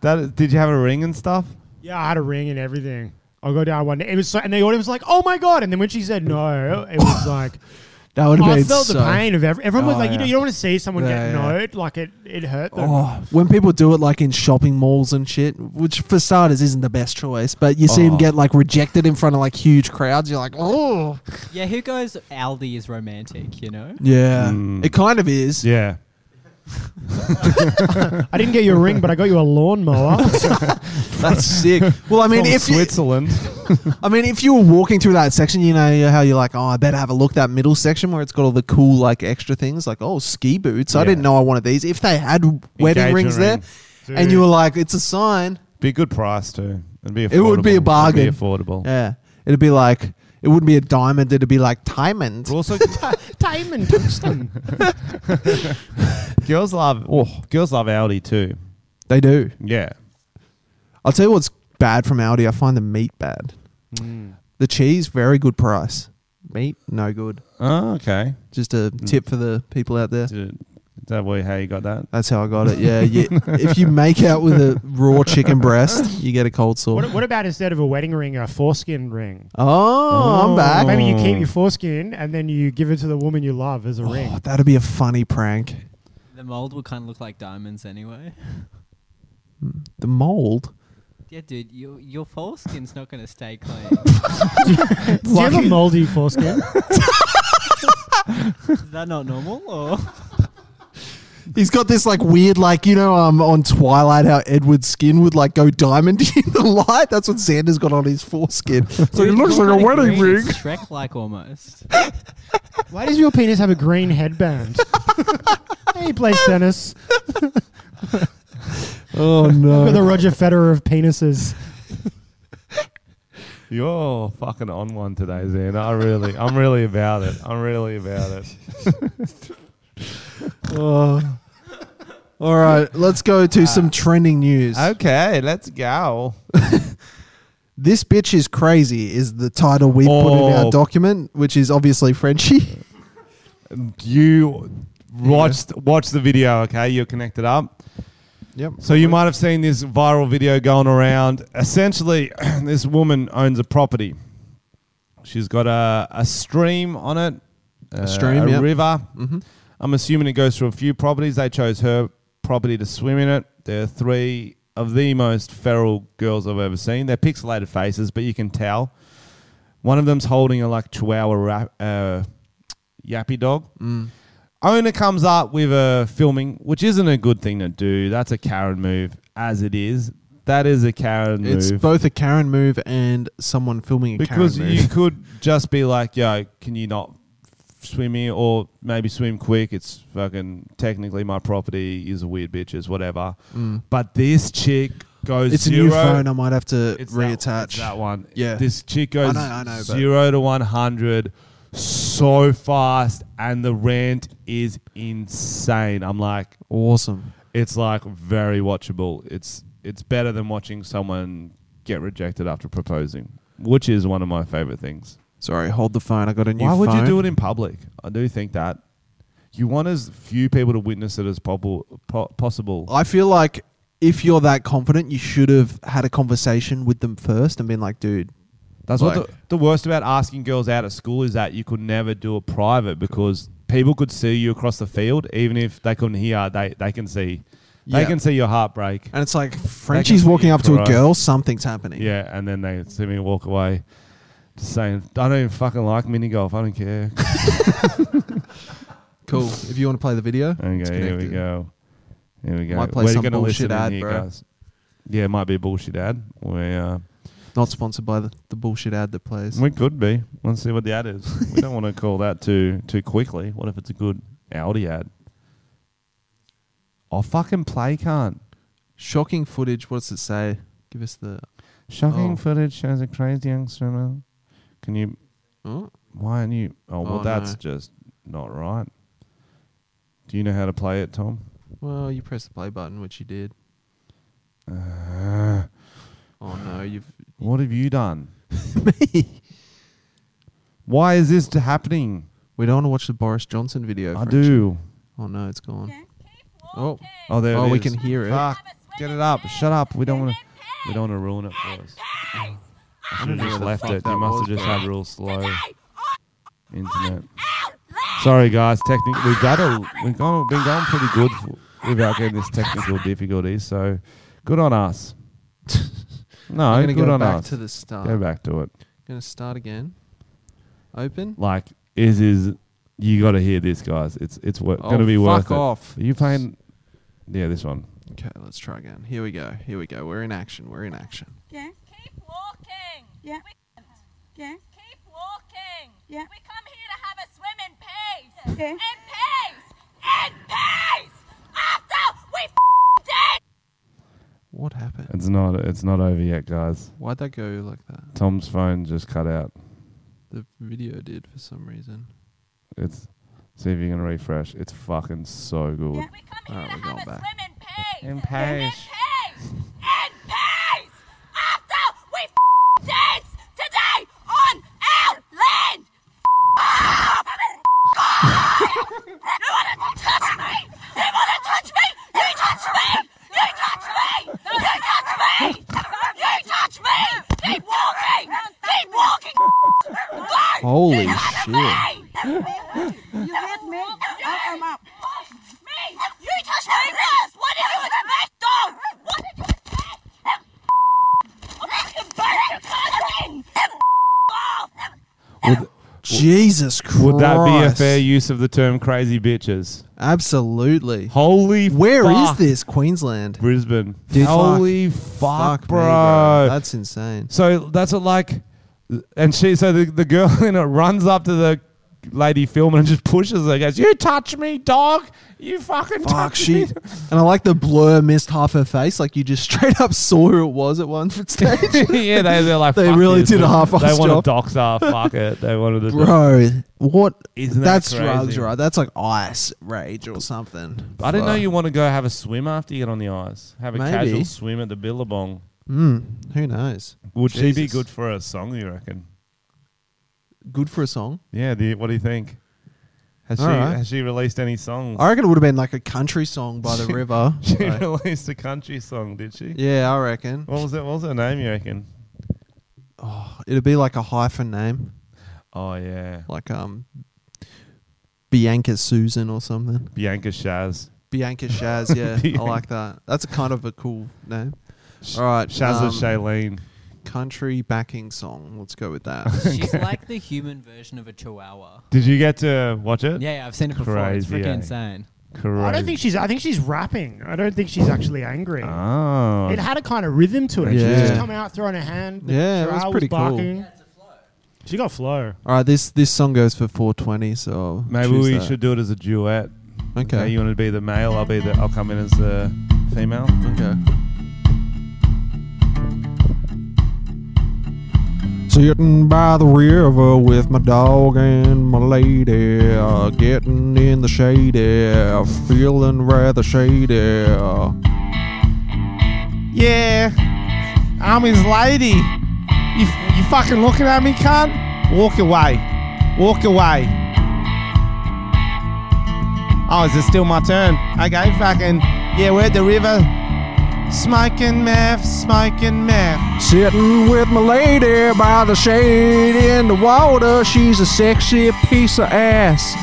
S2: That is, did you have a ring and stuff?
S3: Yeah, I had a ring and everything. I'll go down one day. It was so, and the audience was like, "Oh my god!" And then when she said no, it was like
S1: That would have
S3: I
S1: been
S3: felt
S1: so.
S3: the pain of every, everyone was
S2: Oh,
S3: like, you know,
S2: yeah.
S3: you don't want to see someone
S1: Yeah,
S3: get
S1: yeah.
S3: knowed. Like it, it hurt them.
S1: Oh, when people do it like in shopping malls and shit, which for starters isn't the best choice, but you see them
S2: Oh.
S1: get like rejected in front of like huge crowds, you're like, oh,
S4: Yeah, who goes Aldi is romantic, you know?
S1: yeah,
S2: Mm.
S1: it kind of is.
S2: Yeah.
S3: I didn't get you a ring, but I got you a lawnmower.
S1: That's sick. Well, I mean,
S2: From
S1: if you,
S2: Switzerland.
S1: I mean, if you were walking through that section, you know how you're like, oh, I better have a look that middle section where it's got all the cool like extra things, like oh, ski boots. I
S2: Yeah.
S1: didn't know I wanted these. If they had wedding
S2: Engagement
S1: rings there,
S2: ring.
S1: and you were like, it's a sign.
S2: Be a good price too. It'd be affordable.
S1: It would be a
S2: It'd
S1: bargain.
S2: affordable.
S1: Yeah, it'd be like it wouldn't be a diamond. It'd be like diamond.
S2: But also,
S3: time and tungsten.
S2: girls love. Oh, girls love Audi too.
S1: They do.
S2: Yeah.
S1: I'll tell you what's bad from Aldi. I find the meat bad. The cheese, very good price. Meat, no good.
S2: Oh, okay.
S1: Just a tip for the people out there.
S2: Did it- is that way how you got that?
S1: That's how I got it. Yeah, you, if you make out with a raw chicken breast, you get a cold sore.
S3: what, what about instead of a wedding ring, a foreskin ring?
S1: Oh, I'm back.
S3: Maybe you keep
S2: Oh.
S3: your foreskin and then you give it to the woman you love as a
S1: Oh,
S3: ring.
S1: that'd be a funny prank.
S4: The mold will kind of look like diamonds anyway.
S1: The mold.
S4: Yeah, dude, your your foreskin's not gonna stay clean.
S3: Do you have a moldy foreskin?
S4: Is that not normal? Or
S1: He's got this like weird, like you know, um, on Twilight, how Edward's skin would like go diamond in the light. That's what Xander's got on his foreskin. So it
S4: Dude,
S1: looks
S4: you're
S1: like a
S4: kinda
S1: wedding
S4: green.
S1: ring.
S4: It's Shrek-like almost.
S3: Why does your penis have a green headband? he plays tennis.
S1: Oh
S3: Look at the
S1: no!
S3: Roger Federer of penises.
S2: You're fucking on one today, Zan. I really, I'm really about it. I'm really about it.
S1: Oh. All right, let's go to some trending news.
S2: Okay, let's go.
S1: This bitch is crazy is the title we put in our
S2: Oh.
S1: document, which is obviously Frenchie.
S2: You watched watch the video. Okay, you're connected up.
S1: Yep.
S2: So you might have seen this viral video going around. Essentially, this woman owns a property. She's got a, a stream on it, a
S1: stream,
S2: a
S1: yep. Mm-hmm.
S2: river. I'm assuming it goes through a few properties. They chose her property to swim in it. They're three of the most feral girls I've ever seen. They're pixelated faces, but you can tell. One of them's holding a like Chihuahua rap, uh, yappy dog.
S1: Mm.
S2: Owner comes up with a filming, which isn't a good thing to do. That's a Karen move, as it is. That is a Karen
S1: It's
S2: move.
S1: both a Karen move and someone filming a
S2: because
S1: Karen
S2: you
S1: move.
S2: could just be like, yo, can you not f- swim here or maybe swim quick? It's fucking technically my property is a weird bitch, it's whatever. But this chick goes
S1: Mm. It's a
S2: zero.
S1: new phone. I might have to
S2: It's that-
S1: reattach.
S2: it's that one.
S1: Yeah.
S2: This chick goes
S1: I know, I know, but-
S2: zero to 100 so fast, and the rant is insane. I'm like,
S1: Awesome.
S2: it's like very watchable. It's it's better than watching someone get rejected after proposing, which is one of my favorite things.
S1: Sorry, hold the phone. I got a new
S2: Why
S1: phone.
S2: would you do it in public? I do think that you want as few people to witness it as popu- po- possible.
S1: I feel like if you're that confident, you should have had a conversation with them first and been like, dude,
S2: That's what
S1: Like-
S2: the, the worst about asking girls out at school is that you could never do it private because people could see you across the field, even if they couldn't hear. They they can see, they
S1: Yeah.
S2: can see your heartbreak.
S1: and it's like Frenchie's walking up to a girl, something's happening.
S2: Yeah, and then they see me walk away, just saying, "I don't even fucking like mini golf. I don't care."
S1: Cool. If you want to play the video, it's
S2: Okay, here we
S1: connected.
S2: go. Here we go.
S1: Might play
S2: We're
S1: some
S2: gonna
S1: bullshit
S2: listen in
S1: ad,
S2: here,
S1: bro.
S2: guys. Yeah, it might be a bullshit ad. We uh,
S1: Not sponsored by the, the bullshit ad that plays.
S2: we could be. Let's see what the ad is. we don't want to call that too too quickly. What if it's a good Audi ad? Oh fucking play can't.
S1: Shocking footage. What does it say? Give us the.
S2: Shocking
S1: Oh.
S2: footage shows a crazy young swimmer. Can you?
S1: Oh,
S2: Why aren't you? Oh well,
S1: Oh,
S2: that's
S1: no.
S2: just not right. Do you know how to play it, Tom?
S1: well, you press the play button, which you did.
S2: Uh,
S1: Oh no, you've
S2: what have you done? Me. Why is this happening?
S1: We don't want to watch the Boris Johnson video.
S2: I
S1: Frenchie.
S2: do.
S1: Oh no, it's gone.
S5: Oh,
S2: Oh, there
S1: oh,
S2: it
S1: we
S2: is.
S1: can hear it.
S2: Fuck. Get it up. Shut up. We don't want to. We don't want to ruin it for us. I should have
S1: know
S2: just
S1: the
S2: left
S1: fuck
S2: it.
S1: that
S2: You must
S1: was,
S2: have just
S1: bro.
S2: had real slow internet. Sorry, guys. Technical. We've got a. We've gone. Been going pretty good for, without getting this technical difficulty. So, good on us. No,
S1: I'm gonna
S2: good
S1: go
S2: on
S1: back
S2: us.
S1: to the start.
S2: go back to it.
S1: Gonna start again. Open.
S2: Like, is is you got to hear this, guys. It's it's wor-
S1: Oh,
S2: gonna be
S1: fuck
S2: worth it.
S1: off.
S2: Are you playing? Yeah, this one.
S1: Okay, let's try again. Here we go. Here we go. We're in action. We're in action.
S5: Yeah,
S6: Keep walking.
S5: yeah, yeah,
S6: Keep walking.
S5: Yeah.
S6: We come here to have a swim in peace.
S5: Okay.
S6: In peace. In peace. After we f- did.
S1: What happened?
S2: It's not. It's not over yet, guys.
S1: Why'd that go like that?
S2: Tom's phone just cut out.
S1: The video did for some reason.
S2: It's see if you can refresh. It's fucking so good.
S5: Yeah.
S6: We come
S1: All
S6: here
S1: right,
S6: to
S1: we're
S6: have
S1: going
S6: a
S1: back.
S6: swim in peace.
S2: In peace.
S6: peace. In peace. After we f- did today on our land. F- off. You wanna touch me? You wanna touch me? You touch me! You touch me! You touch me! You touch me! Keep walking! Keep walking! Go!
S1: Holy shit.
S6: Hey!
S5: You hit me. I'll come up.
S6: Me! You touched my wrist! What did you expect, though? What did you expect? I'm fucking cousin! Off!
S2: Would,
S1: Jesus Christ.
S2: would that be a fair use of the term "crazy bitches"?
S1: Absolutely.
S2: Holy,
S1: Where is
S2: fuck.
S1: this? Queensland.
S2: Brisbane.
S1: Dude,
S2: Holy
S1: Fuck
S2: fuck,
S1: me,
S2: bro.
S1: That's insane.
S2: so that's what like, and she so the, the girl in it runs up to the lady filming and just pushes her. Goes, you touch me, dog. You fucking
S1: Fuck,
S2: touch
S1: she.
S2: me.
S1: And I like the blur missed half her face. Like you just straight up saw who it was at one stage.
S2: yeah, they, they're like
S1: They
S2: "Fuck
S1: really
S2: this."
S1: did a half-assed
S2: They want to
S1: job.
S2: dox her. Fuck it. They wanted to. dox-
S1: Bro, what?
S2: Isn't that
S1: That's
S2: crazy?
S1: drugs, right? That's like ice rage or something.
S2: I didn't know
S1: Fuck.
S2: you want to go have a swim after you get on the ice. Have a
S1: Maybe.
S2: casual swim at the Billabong.
S1: Mm, who knows?
S2: Would she be
S1: Jesus.
S2: good for a song? You reckon?
S1: Good for a song.
S2: Yeah. Do you, what do you think? Has she
S1: All right.
S2: has she released any songs?
S1: I reckon it would have been like a country song by the river.
S2: she
S1: Like,
S2: released a country song, did she?
S1: yeah, I reckon.
S2: What was it? What was her name? You reckon?
S1: It'd be like a hyphen name,
S2: Oh yeah,
S1: like um, Bianca Susan or something.
S2: Bianca Shaz.
S1: Bianca Shaz. Yeah,
S2: Bianca.
S1: I like that. That's a kind of a cool name. All right,
S2: Shaz
S1: um,
S2: of Shailene.
S1: country backing song. Let's go with that.
S4: She's like the human version of a chihuahua.
S2: Did you get to watch it?
S4: Yeah, yeah, I've seen it before. It's
S2: Crazy,
S4: freaking
S2: eh?
S4: insane.
S2: Correct.
S3: I don't think she's. I think she's rapping. I don't think she's actually angry.
S1: Ah.
S2: Oh.
S3: It had a kind of rhythm to it. She was just
S1: Yeah.
S3: coming out, throwing her hand. the
S1: Yeah, it was
S3: chihuahua
S1: pretty cool.
S3: barking. She got flow.
S1: All right, this this song goes for 420. So I'll
S2: Maybe
S1: choose
S2: we
S1: that.
S2: should do it as a duet.
S1: uh, Okay.
S2: Okay. You want to be the male? I'll be the. I'll come in as the female.
S1: Okay. Sitting by the river with my dog and my lady, uh, getting in the shady, uh, feeling rather shady. uh.
S2: Yeah, I'm his lady. You, you fucking looking at me, cunt? Walk away. Walk away. Oh, is it still my turn? Okay, fucking. Yeah, we're at the river. Smoking meth, smoking meth.
S1: Sitting with my lady by the shade in the water. She's a sexy piece of ass.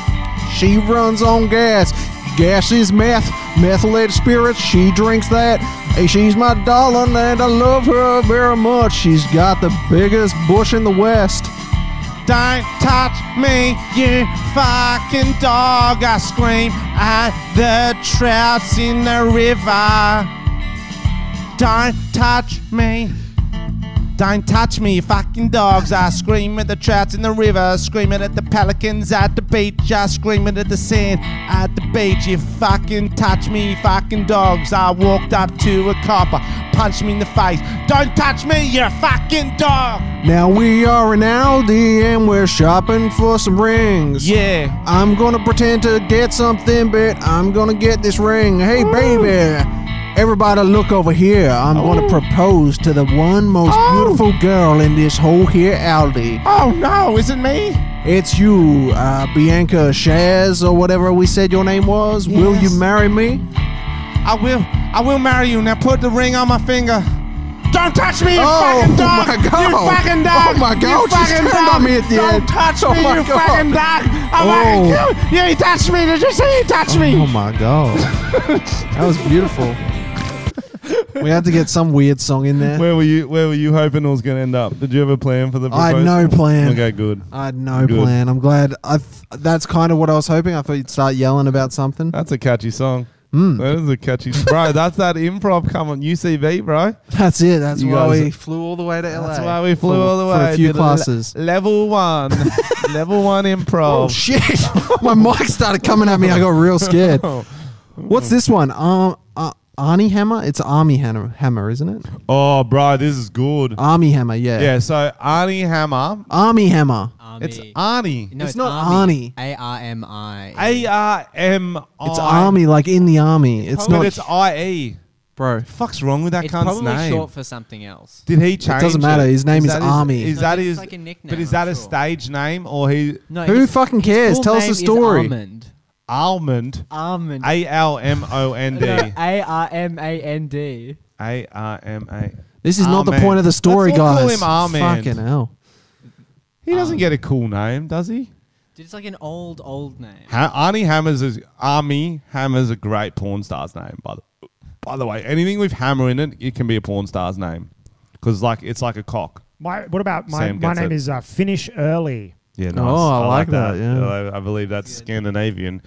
S1: She runs on gas. Gas is meth, methylated spirits. She drinks that. Hey, she's my darling, and I love her very much. She's got the biggest bush in the west.
S2: Don't touch me, you fucking dog. I scream at the trouts in the river. Don't touch me. Don't touch me, you fucking dogs. I scream at the trouts in the river, screaming at the pelicans at the beach. I screaming at the sand at the beach. You fucking touch me, you fucking dogs. I walked up to a copper, punched me in the face. Don't touch me, you fucking dog.
S1: Now we are in Aldi and we're shopping for some rings.
S2: Yeah.
S1: I'm gonna pretend to get something, but I'm gonna get this ring. Hey, baby, everybody, look over here. I'm gonna propose to the one most beautiful girl in this whole here Aldi.
S2: Oh no, is it me?
S1: It's you, uh, Bianca Shaz, or whatever we said your name was. Will you
S2: Yes.
S1: marry me?
S2: I will I will marry you. Now put the ring on my finger. Don't touch me, you
S1: Oh,
S2: fucking dog!
S1: my God.
S2: You fucking dog!
S1: Oh, my God,
S2: You
S1: she
S2: fucking
S1: turned
S2: dog.
S1: on me at the
S2: Don't
S1: end.
S2: touch
S1: Oh,
S2: me,
S1: my
S2: you
S1: God.
S2: fucking dog! I'm
S1: Oh.
S2: gonna kill you! You touched me! Did you see you touch me?
S1: Oh my god, that was beautiful. We had to get some weird song in there.
S2: Where were you? Where were you hoping it was going to end up? Did you have a plan for the?
S1: I had no plan.
S2: good.
S1: I had no
S2: Good.
S1: plan. I'm glad. I that's kind of what I was hoping. I thought you'd start yelling about something.
S2: That's a catchy song.
S1: Mm.
S2: That is a catchy, bro. That's that improv come on UCB, bro.
S1: That's it. That's
S2: You
S1: why
S2: guys-
S1: we flew all the way to LA.
S2: That's why we flew
S1: for-
S2: all the
S1: for
S2: way
S1: a few
S2: to the le-
S1: classes.
S2: level one, level one
S1: Oh,
S2: improv.
S1: shit! My mic started coming at me. I got real scared. What's this one? Um, uh, Arnie Hammer. It's Army Hammer, hammer, isn't it?
S2: Oh, bro, this is good.
S1: Army Hammer. Ah, Yeah.
S2: Yeah, so Arnie Hammer.
S1: Army Hammer.
S4: Army.
S2: It's Arnie.
S4: No,
S1: It's not Arnie.
S4: A R M I.
S2: A R M I.
S1: It's Army, like in the army. It's,
S2: But
S1: not,
S2: it's I E.
S1: bro.
S2: Fuck's wrong with that
S4: It's
S2: cunt's
S4: probably
S2: name?
S4: short for something else.
S2: Did he change?
S1: doesn't matter. His name is
S2: that
S1: Army.
S2: Is
S4: No,
S2: that
S4: it's
S2: his?
S4: like a nickname,
S2: but is
S4: I'm
S2: that a
S4: sure.
S2: stage name or he
S4: No,
S1: Who
S4: his-
S1: fucking
S4: his
S1: cares?
S4: full
S1: Tell us
S4: name
S1: the
S4: is
S1: story.
S4: Almond.
S2: Almond?
S4: Almond.
S2: A L M O N D.
S4: A R M A N D.
S2: A R M A.
S1: This is not the
S2: Armand.
S1: point of the story,
S2: Let's all call
S1: guys.
S2: him Armand.
S1: Fucking hell.
S2: He doesn't get a cool name, does he?
S4: Dude, It's like an old, old name.
S2: Ha- Arnie Hammer's is Army Hammer's a great porn star's name. By the by the way, anything with Hammer in it, it can be a porn star's name because like it's like a cock.
S3: My, what about my,
S2: Sam
S3: my
S2: gets
S3: name
S2: it.
S3: is uh, Finish Early.
S2: Yeah,
S1: nice. I like that, yeah.
S2: I, I believe that's Scandinavian.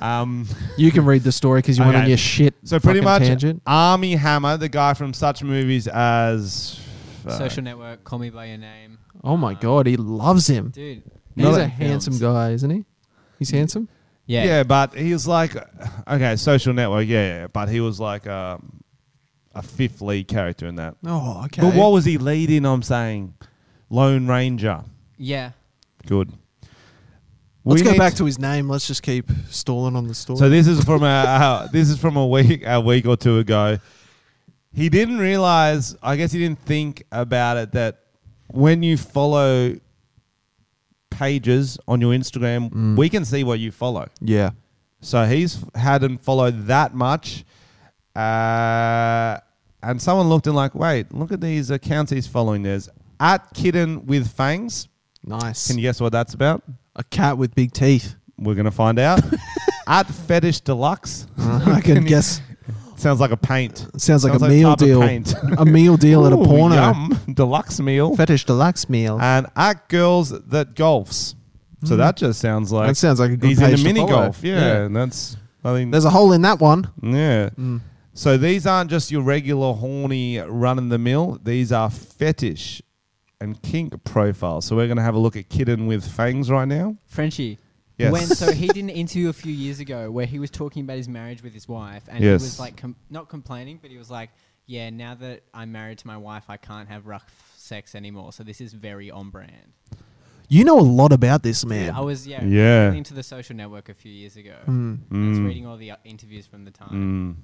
S2: um,
S1: You can read the story because you went on
S2: Okay.
S1: your shit.
S2: so pretty
S1: fucking
S2: much,
S1: tangent.
S2: Army Hammer, the guy from such movies as uh, fuck.
S4: Social network. Call me by your name.
S1: Oh my god, he loves him.
S4: Dude.
S1: He's
S4: these
S1: a
S4: are
S1: handsome
S4: films.
S1: guy, isn't he? He's handsome.
S4: Yeah.
S2: Yeah. but he was like, okay, Social Network, yeah, yeah but he was like um, a fifth lead character in that.
S1: Oh, okay.
S2: But what was he lead in? I'm saying, Lone Ranger.
S4: Yeah.
S2: Good.
S1: Let's
S2: We
S1: go
S2: need
S1: back
S2: to-
S1: to his name. Let's just keep stalling on the story.
S2: So this is from a uh, this is from a week a week or two ago. He didn't realize. I guess he didn't think about it that when you follow pages on your Instagram,
S1: Mm.
S2: we can see what you follow.
S1: yeah.
S2: So he's hadn't followed that much. Uh, and someone looked and like, wait, look at these accounts he's following. There's at kitten with fangs.
S1: Nice.
S2: Can you guess what that's about?
S1: a cat with big teeth.
S2: We're gonna find out. at fetish deluxe.
S1: I can guess.
S2: Sounds like a paint.
S1: Sounds like
S2: Sounds
S1: a
S2: like
S1: meal
S2: type of
S1: deal.
S2: paint.
S1: a meal deal at a
S2: Ooh,
S1: porno.
S2: Yum. Ah, Deluxe meal.
S1: Fetish deluxe meal.
S2: And at girls that golfs. So that just sounds like
S1: Hmm. that sounds like a good
S2: he's
S1: page
S2: into
S1: to
S2: mini
S1: follow.
S2: golf. Yeah, and that's I think
S1: There's a hole in that one.
S2: yeah.
S1: Mm.
S2: So these aren't just your regular horny run in the mill. These are fetish and kink profiles. So we're gonna have a look at Kitten with fangs right now.
S4: Frenchie.
S2: Yes.
S4: When so he did an interview a few years ago where he was talking about his marriage with his wife and
S2: Yes.
S4: he was like com- not complaining but he was like yeah now that I'm married to my wife I can't have rough sex anymore so this is very on brand.
S1: You know a lot about this man.
S4: I was yeah,
S2: Yeah.
S4: listening to the social network a few years ago. I was reading all the uh, interviews from the time.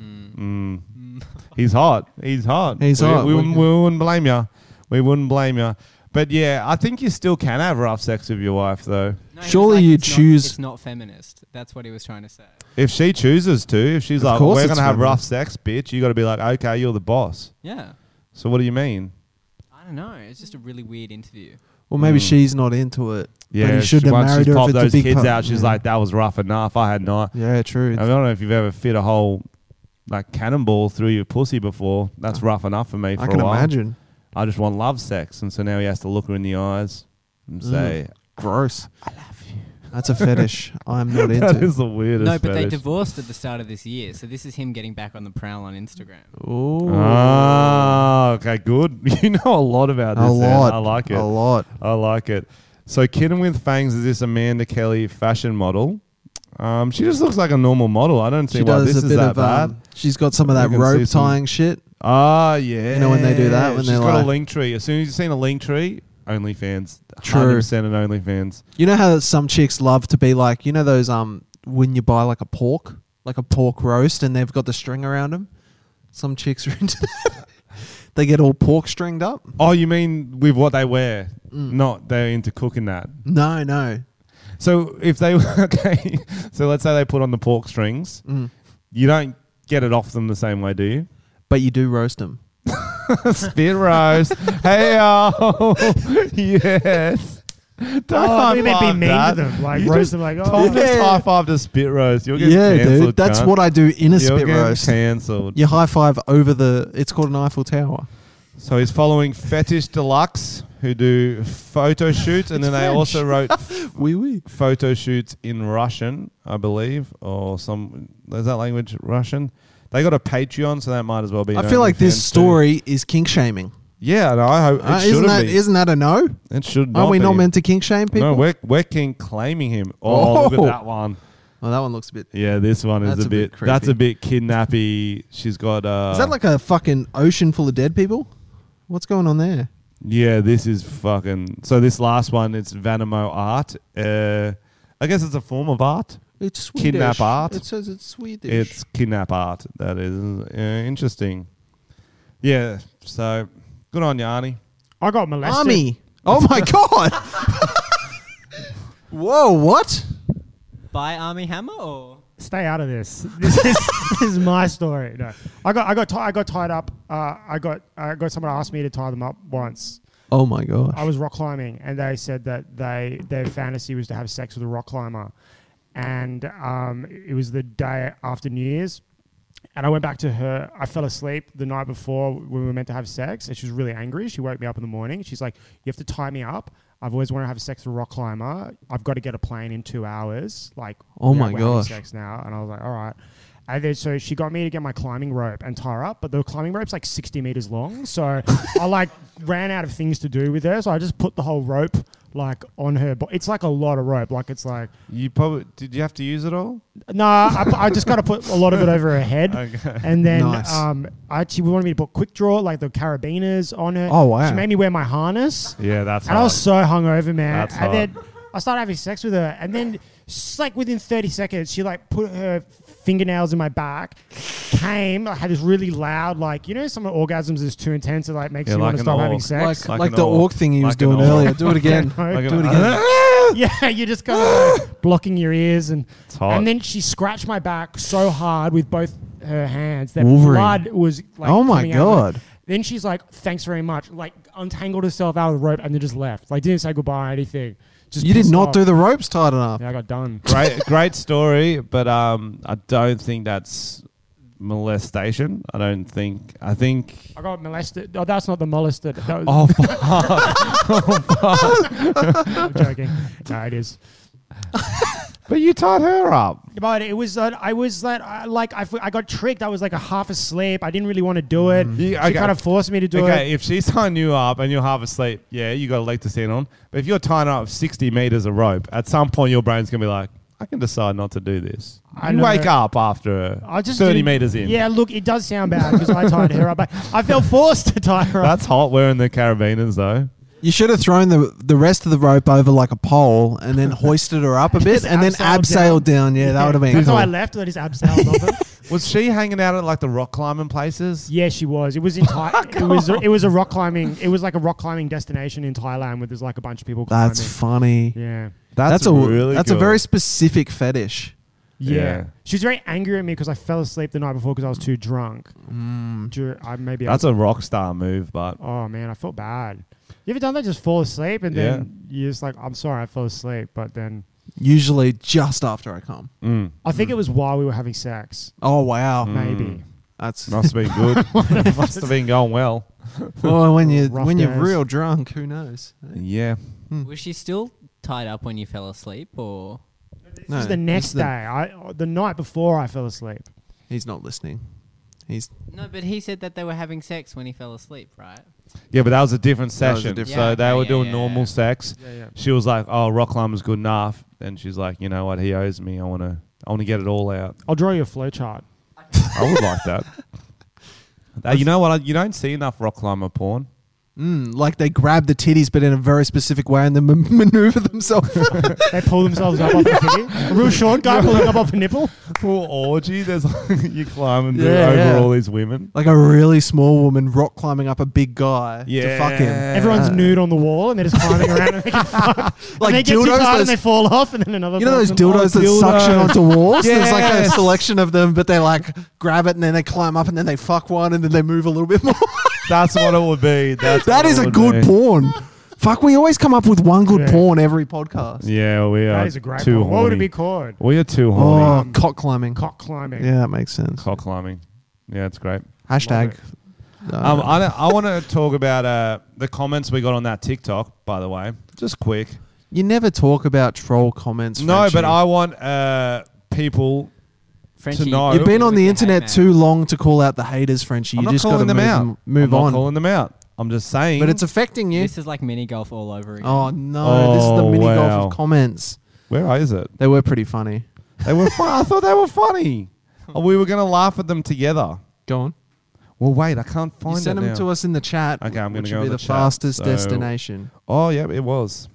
S2: Mm. Mm. He's hot. He's hot.
S1: He's
S2: we,
S1: hot.
S2: We,
S1: We
S2: wouldn't-
S1: can-
S2: we wouldn't blame you. We wouldn't blame you. But yeah, I think you still can have rough sex with your wife, though.
S4: No, he was
S1: Surely
S4: like,
S1: you
S4: "It's not-
S1: choose-
S4: it's not feminist. That's what he was trying to say.
S2: If she chooses to, if she's
S1: Of
S2: like,
S1: course
S2: we're
S1: it's
S2: going to have
S1: feminine.
S2: rough sex, bitch, you got to be like, okay, you're the boss.
S4: Yeah.
S2: So what do you mean?
S4: I don't know. It's just a really weird interview.
S1: Well, maybe
S2: Mm.
S1: she's not into it. but
S2: Yeah,
S1: he
S2: she,
S1: should have
S2: once
S1: married
S2: she's
S1: her if
S2: popped
S1: it's
S2: those
S1: a big
S2: kids
S1: part.
S2: out, she's
S1: yeah.
S2: like, that was rough enough. I had not.
S1: yeah, true.
S2: I, mean, I don't know if you've ever fit a whole like cannonball through your pussy before. That's rough enough for me. For
S1: I can
S2: a while.
S1: imagine.
S2: I just want love sex, and so now he has to look her in the eyes and
S1: Mm.
S2: say,
S1: Gross. I love you. That's a fetish I'm not into.
S2: "That is the weirdest."
S4: no, but they
S2: fetish.
S4: divorced at the start of this year, so this is him getting back on the prowl on Instagram.
S1: Ooh.
S2: Ah, okay, good. You know a lot about this.
S1: a
S2: Dan.
S1: lot.
S2: I like it.
S1: A lot.
S2: I like it. So, Kitten with Fangs is this Amanda Kelly fashion model. Um, she just looks like a normal model. I don't see
S1: She
S2: why
S1: does
S2: this
S1: a
S2: is
S1: bit
S2: that
S1: of.
S2: bad.
S1: Um, she's got some of
S2: You
S1: that
S2: can see
S1: rope
S2: some-
S1: tying shit.
S2: Ah, yeah.
S1: You know when they do that, when
S2: She's
S1: they're
S2: got
S1: like-
S2: a link tree. As soon as you've seen a link tree, OnlyFans.
S1: True.
S2: 100% an OnlyFans.
S1: You know how some chicks love to be like, you know those um when you buy like a pork, like a pork roast, and they've got the string around them. Some chicks are into that. they get all pork stringed up.
S2: Oh, you mean with what they wear?
S1: Mm.
S2: Not they're into cooking that.
S1: No, no.
S2: So if they okay, so let's say they put on the pork strings,
S1: Mm.
S2: you don't get it off them the same way, do you?
S1: But you do roast them.
S2: Spit roast. hey, oh, yes. Don't
S3: Oh,
S2: high
S3: we meant be
S2: five
S3: mean to
S2: that.
S3: them, like
S2: You
S3: roast
S2: just
S3: them, like, oh,
S2: told
S3: yeah.
S2: us high five to spit roast. You're getting
S1: Yeah,
S2: cancelled,
S1: dude. That's what I do in a
S2: You're
S1: spit
S2: getting
S1: roast.
S2: Cancelled.
S1: You high five over the. It's called an Eiffel Tower.
S2: So he's following Fetish Deluxe, who do photo shoots, and then they
S1: French.
S2: also wrote
S1: Wee wee.
S2: photo shoots in Russian, I believe, or some is that language Russian? They got a Patreon, so that might as well be. an
S1: I feel like
S2: OnlyFans too.
S1: this story is kink shaming.
S2: Yeah, no, I hope it
S1: Uh,
S2: should
S1: isn't that
S2: be.
S1: not that a no?
S2: it should not.
S1: Aren't we
S2: be.
S1: not meant to kink shame people?
S2: No, we're we're king claiming him. Oh, look at
S1: Oh.
S2: that one.
S1: well, that one looks a bit.
S2: Yeah, this one is
S1: That's
S2: a
S1: a bit
S2: bit. that's
S1: creepy.
S2: a bit kidnappy. She's got. Uh,
S1: Is that like a fucking ocean full of dead people? What's going on there?
S2: Yeah, this is fucking. So this last one, it's Vanimo art. Uh, I guess it's a form of art.
S1: It's Swedish.
S2: Kidnap art.
S1: It says it's Swedish.
S2: It's kidnap art. That is uh, interesting. Yeah. So good on Yanni.
S3: I got molested.
S1: army. Oh my god! Whoa! What?
S4: By Army Hammer or
S3: Stay out of this. This is, this is my story. No, I got I got ti- I got tied up. Uh, I got I got someone asked me to tie them up once.
S1: Oh my god!
S3: I was rock climbing, and they said that they their fantasy was to have sex with a rock climber, and um, it was the day after New Year's, and I went back to her. I fell asleep the night before when we were meant to have sex, and she was really angry. She woke me up in the morning. She's like, "You have to tie me up. I've always wanted to have sex with a rock climber. I've got to get a plane in two hours. Like,
S1: Oh my
S3: we're having
S1: gosh.
S3: sex now." And I was like, "All right." And then so she got me to get my climbing rope and tie her up, but the climbing rope's like 60 meters long. So I like ran out of things to do with her. So I just put the whole rope like on her. But it's like a lot of rope. Like it's like,
S2: You probably did. You have to use it all.
S3: nah, I, pu- I just got to put a lot of it over her head.
S2: Okay.
S3: And then
S1: Nice.
S3: um, I, she wanted me to put quick draw, like the carabiners on her.
S1: Oh, wow.
S3: She made me wear my harness.
S2: Yeah, that's.
S3: And I was so hungover, man.
S2: That's
S3: and
S2: hot.
S3: then I started having sex with her, and then just like within thirty seconds, she like put her fingernails in my back, came. I had this really loud, like you know, some orgasms is too intense. It like makes
S2: Yeah,
S3: you want
S2: like
S3: to
S2: an
S3: stop having
S2: org.
S3: sex.
S1: like
S2: Like an
S1: the
S2: orc.
S1: orc thing he was
S2: Like an
S1: doing
S2: orc.
S1: earlier. Do it again.
S3: Yeah,
S2: Like
S1: Do it
S2: an-
S1: again.
S3: yeah, you just kind of like blocking your ears, and
S2: It's hot.
S1: Oh.
S3: and then she scratched my back so hard with both her hands that
S1: Wolverine.
S3: blood was like.
S1: Oh my
S3: coming out of
S1: God.
S3: it. Then she's like, "Thanks very much." Like untangled herself out of the rope and then just left. Like didn't say goodbye or anything. Just
S1: You did
S3: pissed
S1: not
S3: off.
S1: do the ropes tight enough.
S3: Yeah, I got done.
S2: great, great story, but um, I don't think that's molestation. I don't think. I think.
S3: I got molested. Oh, that's not the molested. That was,
S2: Oh, fuck.
S1: Oh,
S3: I'm joking. No, it is.
S2: but you tied her up.
S3: But it was. Uh, I was like, I, like I, f- I got tricked. I was like a half asleep. I didn't really want to do it.
S1: Mm-hmm.
S2: Yeah,
S3: She
S2: okay.
S3: kind of forced me to do
S2: okay,
S3: it.
S2: if she's tying you up and you're half asleep, yeah, you got a leg to stand on. But if you're tying up 60 meters of rope, at some point your brain's gonna be like, I can decide not to do this.
S3: I
S2: you
S3: know.
S2: wake up after
S3: I just
S2: 30
S3: didn't-
S2: meters in.
S3: Yeah, look, it does sound bad because I tied her up. But I felt forced to tie her up.
S2: That's hot wearing the carabiners though.
S1: You should have thrown the the rest of the rope over like a pole and then hoisted her up a bit
S3: Just
S1: and then
S3: abseiled
S1: abseiled down. Yeah, that would have been
S3: That's
S1: cool.
S3: how I left. I just abseiled off it.
S2: Was she hanging out at like the rock climbing places?
S3: Yeah, she was. It was in Thai- It was. It was a rock climbing. It was like a rock climbing destination in Thailand where there's like a bunch of people climbing.
S1: That's funny.
S3: yeah.
S1: That's, a
S2: really
S1: that's a
S2: cool.
S1: very specific fetish.
S3: Yeah.
S2: Yeah.
S3: She was very angry at me because I fell asleep the night before because I was too drunk. Dur- I, maybe
S2: Mm. That's
S3: I
S2: a rock star move, but
S3: Oh, man, I felt bad. You ever done that? Just fall asleep and then you're just like, I'm sorry, I fell asleep. But then
S1: Usually just after I come.
S2: mm,
S3: I think it was while we were having sex,
S1: Oh wow,
S3: maybe.
S1: that's
S2: must have been good. Mm. must have been going well.
S1: well oh, when you
S3: Rough
S1: when you're
S3: days.
S1: real drunk, who knows?
S2: Yeah.
S4: Was she still tied up when you fell asleep, or
S1: No,
S3: it was the next
S1: the-
S3: day. I, the night before I fell asleep.
S1: He's not listening. He's
S4: no? But he said that they were having sex when he fell asleep, right?
S2: Yeah, but that was a different
S1: That was a
S2: session.
S1: different-
S2: so
S4: Yeah,
S2: they
S4: okay,
S2: were
S4: yeah,
S2: doing
S4: yeah,
S2: normal
S4: yeah.
S2: sex.
S3: Yeah, yeah.
S2: She was like, "Oh, rock climbing's good enough," and she's like, "You know what? He owes me. I want to. I want to get it all out.
S3: I'll draw you a flowchart.
S2: I would like that." Uh, you know what? I- You don't see enough rock climber porn.
S1: mm, like they grab the titties, but in a very specific way, and then man- maneuver themselves.
S3: They pull themselves up off a titty. A real short guy pulling up off a nipple.
S2: Full orgy. There's like you climb and do
S1: Yeah,
S2: over
S1: yeah.
S2: all these women.
S1: like a really small woman rock climbing up a big guy to fuck him.
S3: Everyone's nude on the wall and they're just climbing around and they can fuck.
S1: Like
S3: and they get too
S1: dildos,
S3: tired and they
S1: those-
S3: fall off and then another
S1: You know those
S3: person-
S1: dildos that
S2: dildo.
S1: suction onto walls? There's like a
S2: Yes.
S1: selection of them, but they like grab it and then they climb up and then they fuck one and then they move a little bit more.
S2: That's what it would be. That's
S1: that
S2: what
S1: is
S2: it
S1: a
S2: would
S1: good
S2: be.
S1: porn. Fuck, we always come up with one good
S3: Yeah.
S1: porn every podcast.
S2: Yeah, we are.
S3: That is a great
S2: too
S3: one. What would it
S2: horny.
S3: be called?
S2: We are too horny.
S1: Oh, cock climbing.
S3: Cock climbing.
S1: Yeah, that makes sense.
S2: Cock climbing. Yeah, it's great.
S1: Hashtag.
S2: Um,
S1: uh,
S2: I, I want to talk about uh, the comments we got on that TikTok, by the way. Just quick.
S1: you never talk about troll comments.
S2: No,
S1: Frenchie.
S2: but I want uh, people.
S4: Frenchie,
S2: know.
S1: You've been on the
S4: Yeah,
S1: internet
S4: man.
S1: too long to call out the haters, Frenchie. You
S2: I'm not
S1: just got to
S2: calling
S1: move,
S2: them out.
S1: move
S2: I'm
S1: on.
S2: Not calling them out. I'm just saying.
S1: but it's affecting you.
S4: This is like mini golf all over again.
S1: Oh no! this is the
S2: Oh,
S1: mini
S2: wow.
S1: golf of comments.
S2: where is it?
S1: They were pretty funny.
S2: They were. fun. I thought they were funny. Oh, we were gonna laugh at them together.
S1: Go on.
S2: Well, wait. I can't find
S1: You send
S2: it
S1: them
S2: now.
S1: to us in the chat.
S2: Okay, I'm gonna
S1: which
S2: go
S1: would be
S2: in
S1: the,
S2: the chat,
S1: fastest
S2: so-
S1: destination.
S2: Oh, yeah, it was.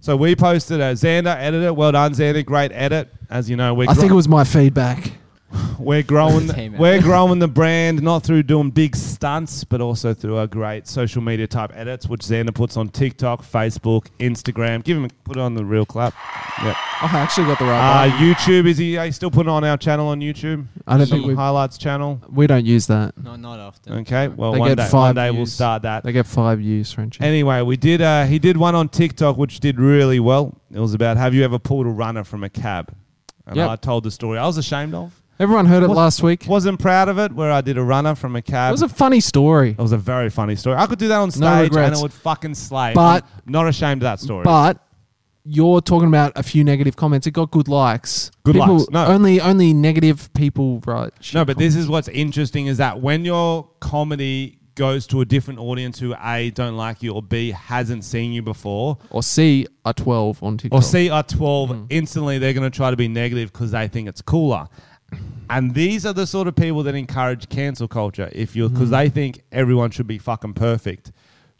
S2: So we posted a Xander editor. Well done, Xander. Great edit. As you know, we're
S1: I think it was my feedback.
S2: We're growing.
S4: Team effort.
S2: we're growing the brand not through doing big stunts, but also through our great social media type edits, which Xander puts on TikTok, Facebook, Instagram. Give him a, put it on the real clap. Yep.
S1: Oh, I actually got the right.
S2: Uh,
S1: one.
S2: YouTube is he, are you still putting on our channel on YouTube?
S1: I don't
S2: Some
S1: think we-
S2: highlights channel.
S1: we don't use that.
S4: No, not often.
S2: Okay. Well,
S1: They
S2: one
S1: get
S2: day, one
S1: five
S2: day we'll
S1: views.
S2: start that.
S1: They get five views, Frenchie.
S2: Anyway, we did. Uh, he did one on TikTok, which did really well. It was about have you ever pulled a runner from a cab? And
S1: Yep.
S2: I told the story. I was ashamed of.
S1: Everyone heard it
S2: What-
S1: last week.
S2: Wasn't proud of it. Where I did a runner from a
S1: It
S2: cab.
S1: was a funny story,
S2: It was a very funny story. I could do that on
S1: No
S2: stage and
S1: regrets.
S2: it would fucking slay.
S1: But-
S2: I'm not ashamed of that story.
S1: but you're talking about a few negative comments. It got good likes.
S2: Good
S1: people,
S2: likes, no.
S1: only only negative people write. shit
S2: no, but this
S1: comments.
S2: is what's interesting is that when your comedy goes to a different audience who A don't like you or B hasn't seen you before
S1: or C are twelve on TikTok.
S2: or C are 12
S1: Hmm.
S2: instantly they're going to try to be negative because they think it's cooler. And these are the sort of people that encourage cancel culture if you
S1: Hmm.
S2: because they think everyone should be fucking perfect.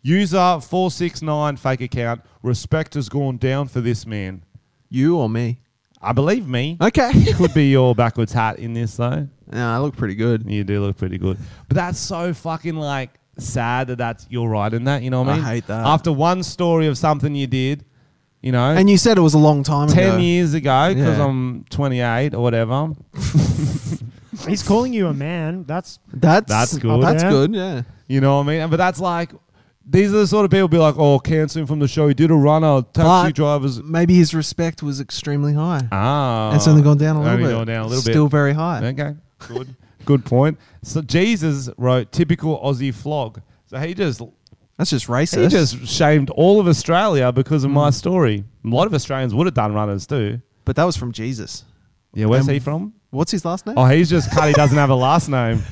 S2: User 469 fake account respect has gone down for this man.
S1: you or me?
S2: I believe me.
S1: Okay.
S2: Could be your backwards hat in this though.
S1: nah, I look pretty good.
S2: You do look pretty good, but that's so fucking like sad that that's you're right in that. You know what I
S1: I
S2: mean?
S1: hate that.
S2: After one story of something you did, you know,
S1: And you said it was a long time ago.
S2: ten years ago because
S1: Yeah.
S2: I'm 28 or whatever.
S3: He's calling you a man. That's oh,
S1: That's
S2: That's good.
S1: That's
S3: Yeah.
S1: good. Yeah.
S2: You know what I mean? But that's like. These are the sort of people be like, oh, cancel him from the show. He did a runner. Taxi
S1: But-
S2: drivers.
S1: Maybe his respect was extremely high.
S2: Ah.
S1: it's only gone down a little
S2: Only
S1: bit.
S2: gone down a little bit.
S1: Still very high.
S2: Okay, good, good point. So Jesus wrote typical Aussie flog. So he just
S1: That's just racist.
S2: he just shamed all of Australia because of
S1: Mm.
S2: my story. A lot of Australians would have done runners too.
S1: but that was from Jesus.
S2: Yeah, where's
S1: Um,
S2: he from?
S1: What's his last name?
S2: Oh, he's just cut. He doesn't have a last name.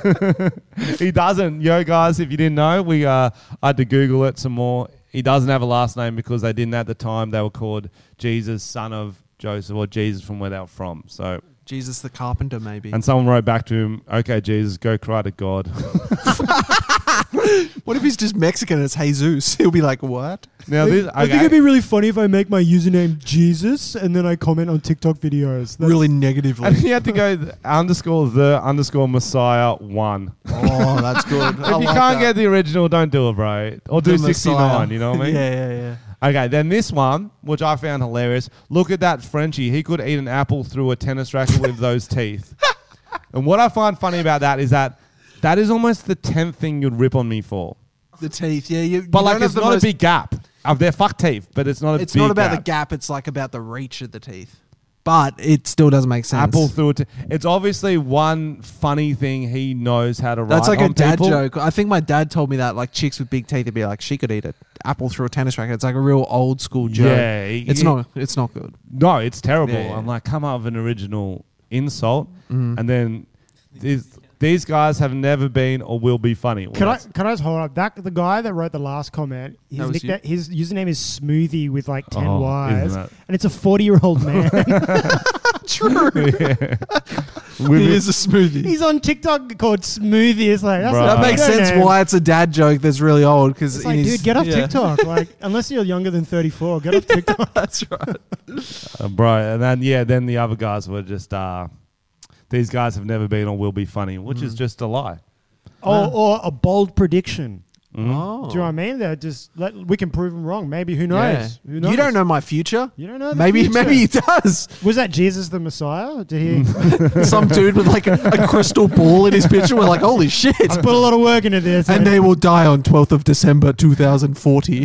S2: he doesn't. Yo, guys, if you didn't know, we uh, I had to Google it some more. He doesn't have a last name because they didn't at the time. They were called Jesus, son of Joseph, or Jesus from where they were from. So
S1: Jesus the carpenter, maybe.
S2: And someone wrote back to him, okay, Jesus, go cry to God.
S1: what if he's just Mexican and it's Jesus? He'll be like, what?
S2: now, this,
S3: I think
S2: okay,
S3: it'd be really funny if I make my username Jesus and then I comment on TikTok videos. That's-
S1: really
S2: and
S1: negatively.
S2: he had to go th- underscore the underscore Messiah one.
S1: oh, that's good.
S2: If you can't get the original, don't do it, bro. Or do 69, you know what I mean?
S1: Yeah, yeah, yeah.
S2: Okay, then this one, which I found hilarious. Look at that Frenchie. He could eat an apple through a tennis racket with those teeth. And what I find funny about that is that that is almost the tenth thing you'd rip on me for.
S7: The teeth, yeah. You,
S2: But
S7: you
S2: like,
S7: don't have
S2: it's
S7: the
S2: not
S7: most-
S2: a big gap. Of their fuck teeth, but it's not a.
S7: It's
S2: big
S7: not about
S2: gap.
S7: the gap. It's like about the reach of the teeth. But it still doesn't make sense.
S2: Apple through it. It's obviously one funny thing he knows how to write.
S7: That's like a
S2: on
S7: dad
S2: people.
S7: joke. I think my dad told me that like chicks with big teeth would be like she could eat an apple through a tennis racket. It's like a real old school joke.
S2: Yeah,
S7: it's
S2: yeah.
S7: not. It's not good.
S2: No, it's terrible.
S7: Yeah, yeah.
S2: I'm like, come up with an original insult,
S1: mm.
S7: Mm-hmm.
S2: and then these, these guys have never been or will be funny.
S3: Can I
S2: Well,
S3: can I just hold up? That the guy that wrote the last comment, his,
S7: That was you.
S3: nickna- his username is Smoothie with like ten
S2: Oh,
S3: Ys,
S2: isn't that-
S3: and it's a forty year old man.
S7: True.
S2: women-
S7: a smoothie.
S3: He's on TikTok called Smoothie. It's like that's
S2: Bruh.
S3: not
S7: That
S3: a
S7: makes
S3: video
S7: sense.
S3: name.
S7: Why it's a dad joke that's really old because
S3: It's like, dude, get off
S7: yeah.
S3: TikTok. Like, unless you're younger than 34, get off TikTok.
S7: That's right.
S2: Uh, bro, and then yeah, then the other guys were just uh, these guys have never been or will be funny, which
S7: Mm.
S2: is just a lie. Mm-hmm.
S3: or, or a bold prediction. Do
S7: Oh,
S3: you know what I mean? They're just let, we can prove them wrong. Maybe who
S7: Yeah.
S3: knows? Who knows?
S7: You don't know my future.
S3: You don't know. the
S7: maybe,
S3: future.
S7: maybe he does.
S3: was that Jesus the Messiah? Did he
S7: Some dude with like a, a crystal ball in his picture. We're like, holy shit.
S3: put a lot of work into this?
S7: And they will die on 12th of December 2040.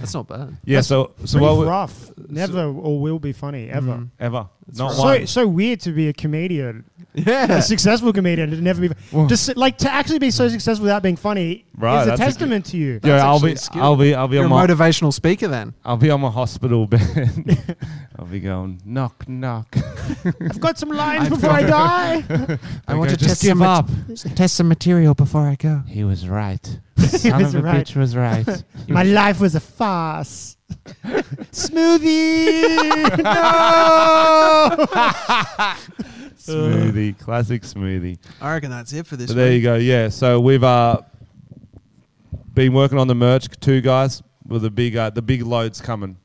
S7: That's not bad.
S2: Yeah, so so
S3: pretty
S2: what we-
S3: rough. Never or will be funny ever.
S7: Mm.
S2: ever not
S3: So
S2: one.
S3: so weird to be a comedian,
S7: Yeah.
S3: a successful comedian, to never be just like to actually be so successful without being funny
S2: Right, that's
S3: is a
S2: a good-
S3: testament to you.
S7: That's
S2: yeah, I'll
S7: actually
S2: be,
S7: a skill.
S2: I'll be I'll be
S7: You're a
S2: on my
S7: motivational speaker then.
S2: I'll be on my hospital bed. I'll be going knock knock.
S3: I've got some lines before I die.
S7: I
S2: Okay,
S7: want to
S2: just
S7: test
S2: give
S7: some
S2: up.
S7: test some material before I go.
S2: He was right. Son
S3: was
S2: of a
S3: right.
S2: bitch was right.
S3: My life was a farce. Smoothie. no.
S2: smoothie, classic smoothie.
S7: I reckon that's it for this.
S2: But there you go. Yeah. So we've uh been working on the merch, two guys with the big uh, the big loads coming.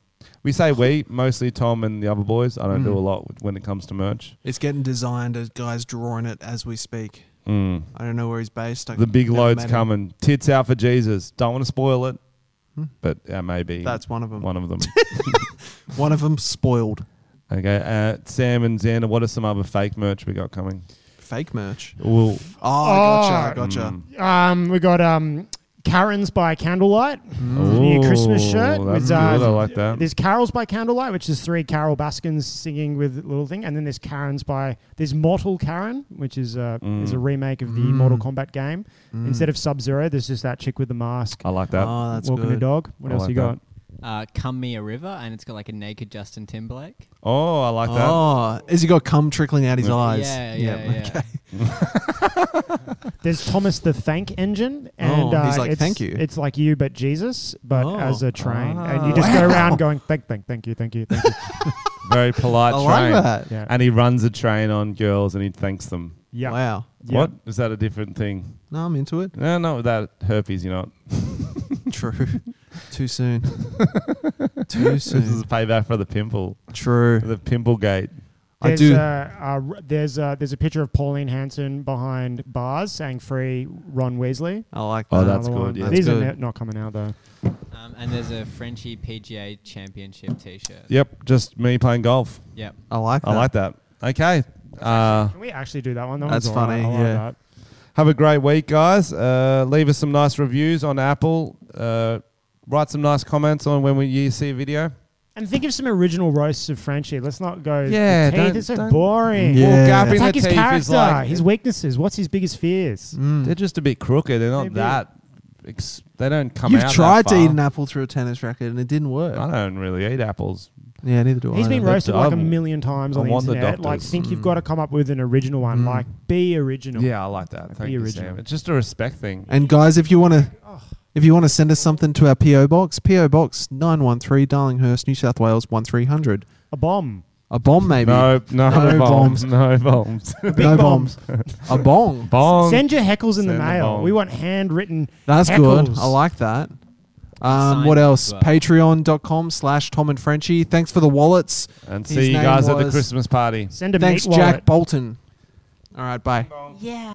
S2: We say we mostly Tom and the other boys. I don't
S7: Mm.
S2: do a lot with- when it comes to merch.
S7: It's getting designed. A guy's drawing it as we speak.
S2: Mm.
S7: I don't know where he's based. I
S2: The big
S7: never
S2: loads
S7: met him.
S2: coming. Tits out for Jesus. Don't want to spoil it, but that may be
S7: Hmm. That's one of them.
S2: one of them.
S7: One of them spoiled.
S2: okay. Uh, Sam and Xander, what are some other fake merch we got coming?
S7: Fake merch.
S2: Well,
S7: Oh, gotcha. Gotcha.
S2: Mm.
S3: Um, we got um, Karen's by Candlelight. Mm. New Christmas shirt
S2: Ooh, that's
S3: with, uh,
S2: good. I like
S7: Um,
S2: that.
S3: There's Carols by Candlelight, which is three Carol Baskins singing with little thing, and then there's Karen's by there's Mortal Karen, which is a
S7: Mm.
S3: is a remake of the Mortal Kombat game. Instead of Sub Zero, there's just that chick with the mask
S2: I like that.
S7: Oh, that's
S3: walking a
S7: good.
S3: dog. What
S2: I
S3: else
S2: like
S3: you
S2: that.
S3: got?
S4: Uh, Come Me a River, and it's got like a naked Justin Timberlake.
S2: oh, I like that.
S7: Oh, has he got cum trickling out his eyes?
S4: Yeah, yeah, yeah.
S3: There's Thomas the Thank Engine, and
S7: Oh,
S3: uh,
S7: he's like,
S3: it's,
S7: "Thank you."
S3: It's like you, but Jesus, but
S7: Oh.
S3: as a train, and
S7: Ah.
S3: you just go
S7: Wow.
S3: around going thank, thank, thank you, thank you, thank you.
S2: Very polite
S7: I
S2: train.
S7: like that.
S3: Yeah.
S2: And he runs a train on girls and he thanks them.
S3: yeah.
S7: Wow.
S3: Yeah.
S2: What? Is that a different thing?
S7: No, I'm into it.
S2: No, no, that herpes, you know.
S7: True. Too soon. Too
S2: This is
S7: soon.
S2: payback for the pimple.
S7: True.
S2: The pimple gate.
S7: I
S3: There's,
S7: do.
S3: uh, uh, r- there's, uh, there's a picture of Pauline Hanson behind bars saying free Ron Weasley.
S7: I like that.
S2: Oh, that's good,
S3: Another one.
S2: yeah.
S3: These
S7: That's
S3: are
S7: good.
S3: ne- not coming out though.
S4: Um, and there's a Frenchie PGA Championship T-shirt.
S2: Yep, just me playing golf.
S4: Yep.
S7: I like that.
S2: I like that. Okay. Uh,
S3: Can we actually do that one? That
S7: That's
S3: one's all right.
S7: funny,
S3: I like
S7: yeah.
S3: that.
S2: have a great week, guys. Uh, leave us some nice reviews on Apple. Uh, write some nice comments on when we, you see a video.
S3: And think of some original roasts of Frenchie. Let's not go.
S2: Yeah,
S3: the teeth
S2: don't-
S3: is so
S2: don't-
S3: boring.
S7: Yeah.
S2: Well, gap
S3: It's
S2: in
S3: like
S2: the
S3: his
S2: teeth is
S3: character,
S2: like Mm.
S3: his weaknesses. What's his biggest fears?
S2: They're just a bit crooked. They're not
S3: Maybe.
S2: that. Ex- they don't come
S7: You've
S2: out. that
S7: tried to
S2: far.
S7: eat an apple through a tennis racket and it didn't work.
S2: I don't really eat apples.
S7: Yeah, neither do I.
S3: He's been
S7: though.
S3: roasted
S2: I
S3: like a
S2: w-
S3: million times
S2: I
S3: on um, the
S2: want the
S3: internet. like,
S2: doctors.
S3: think you've got to come up with an original one. Like, be original.
S2: Mm. Yeah, I like that. Thank you,
S3: original.
S2: Sam. It's just a respect thing.
S7: And guys, if you want to, if you want to send us something to our PO box, PO box nine one three Darlinghurst, New South Wales one three hundred.
S3: A bomb.
S7: A bomb, maybe.
S2: No, no,
S7: No bombs.
S2: bombs. No bombs.
S7: no bombs. a bong.
S2: Bomb.
S3: Send your heckles in the
S2: Send the
S3: mail.
S2: bomb.
S3: we want handwritten.
S7: That's
S3: heckles.
S7: good. I like that. Um, what
S4: Sign
S7: else?
S4: as well.
S7: Patreon.com slash Tom and Frenchie. Thanks for the wallets.
S2: and
S7: His
S2: see you
S7: name
S2: guys at the
S7: was-
S2: Christmas party.
S3: Send a
S7: Thanks,
S3: meat wallet.
S7: Jack Bolton. All right, bye.
S6: Yeah.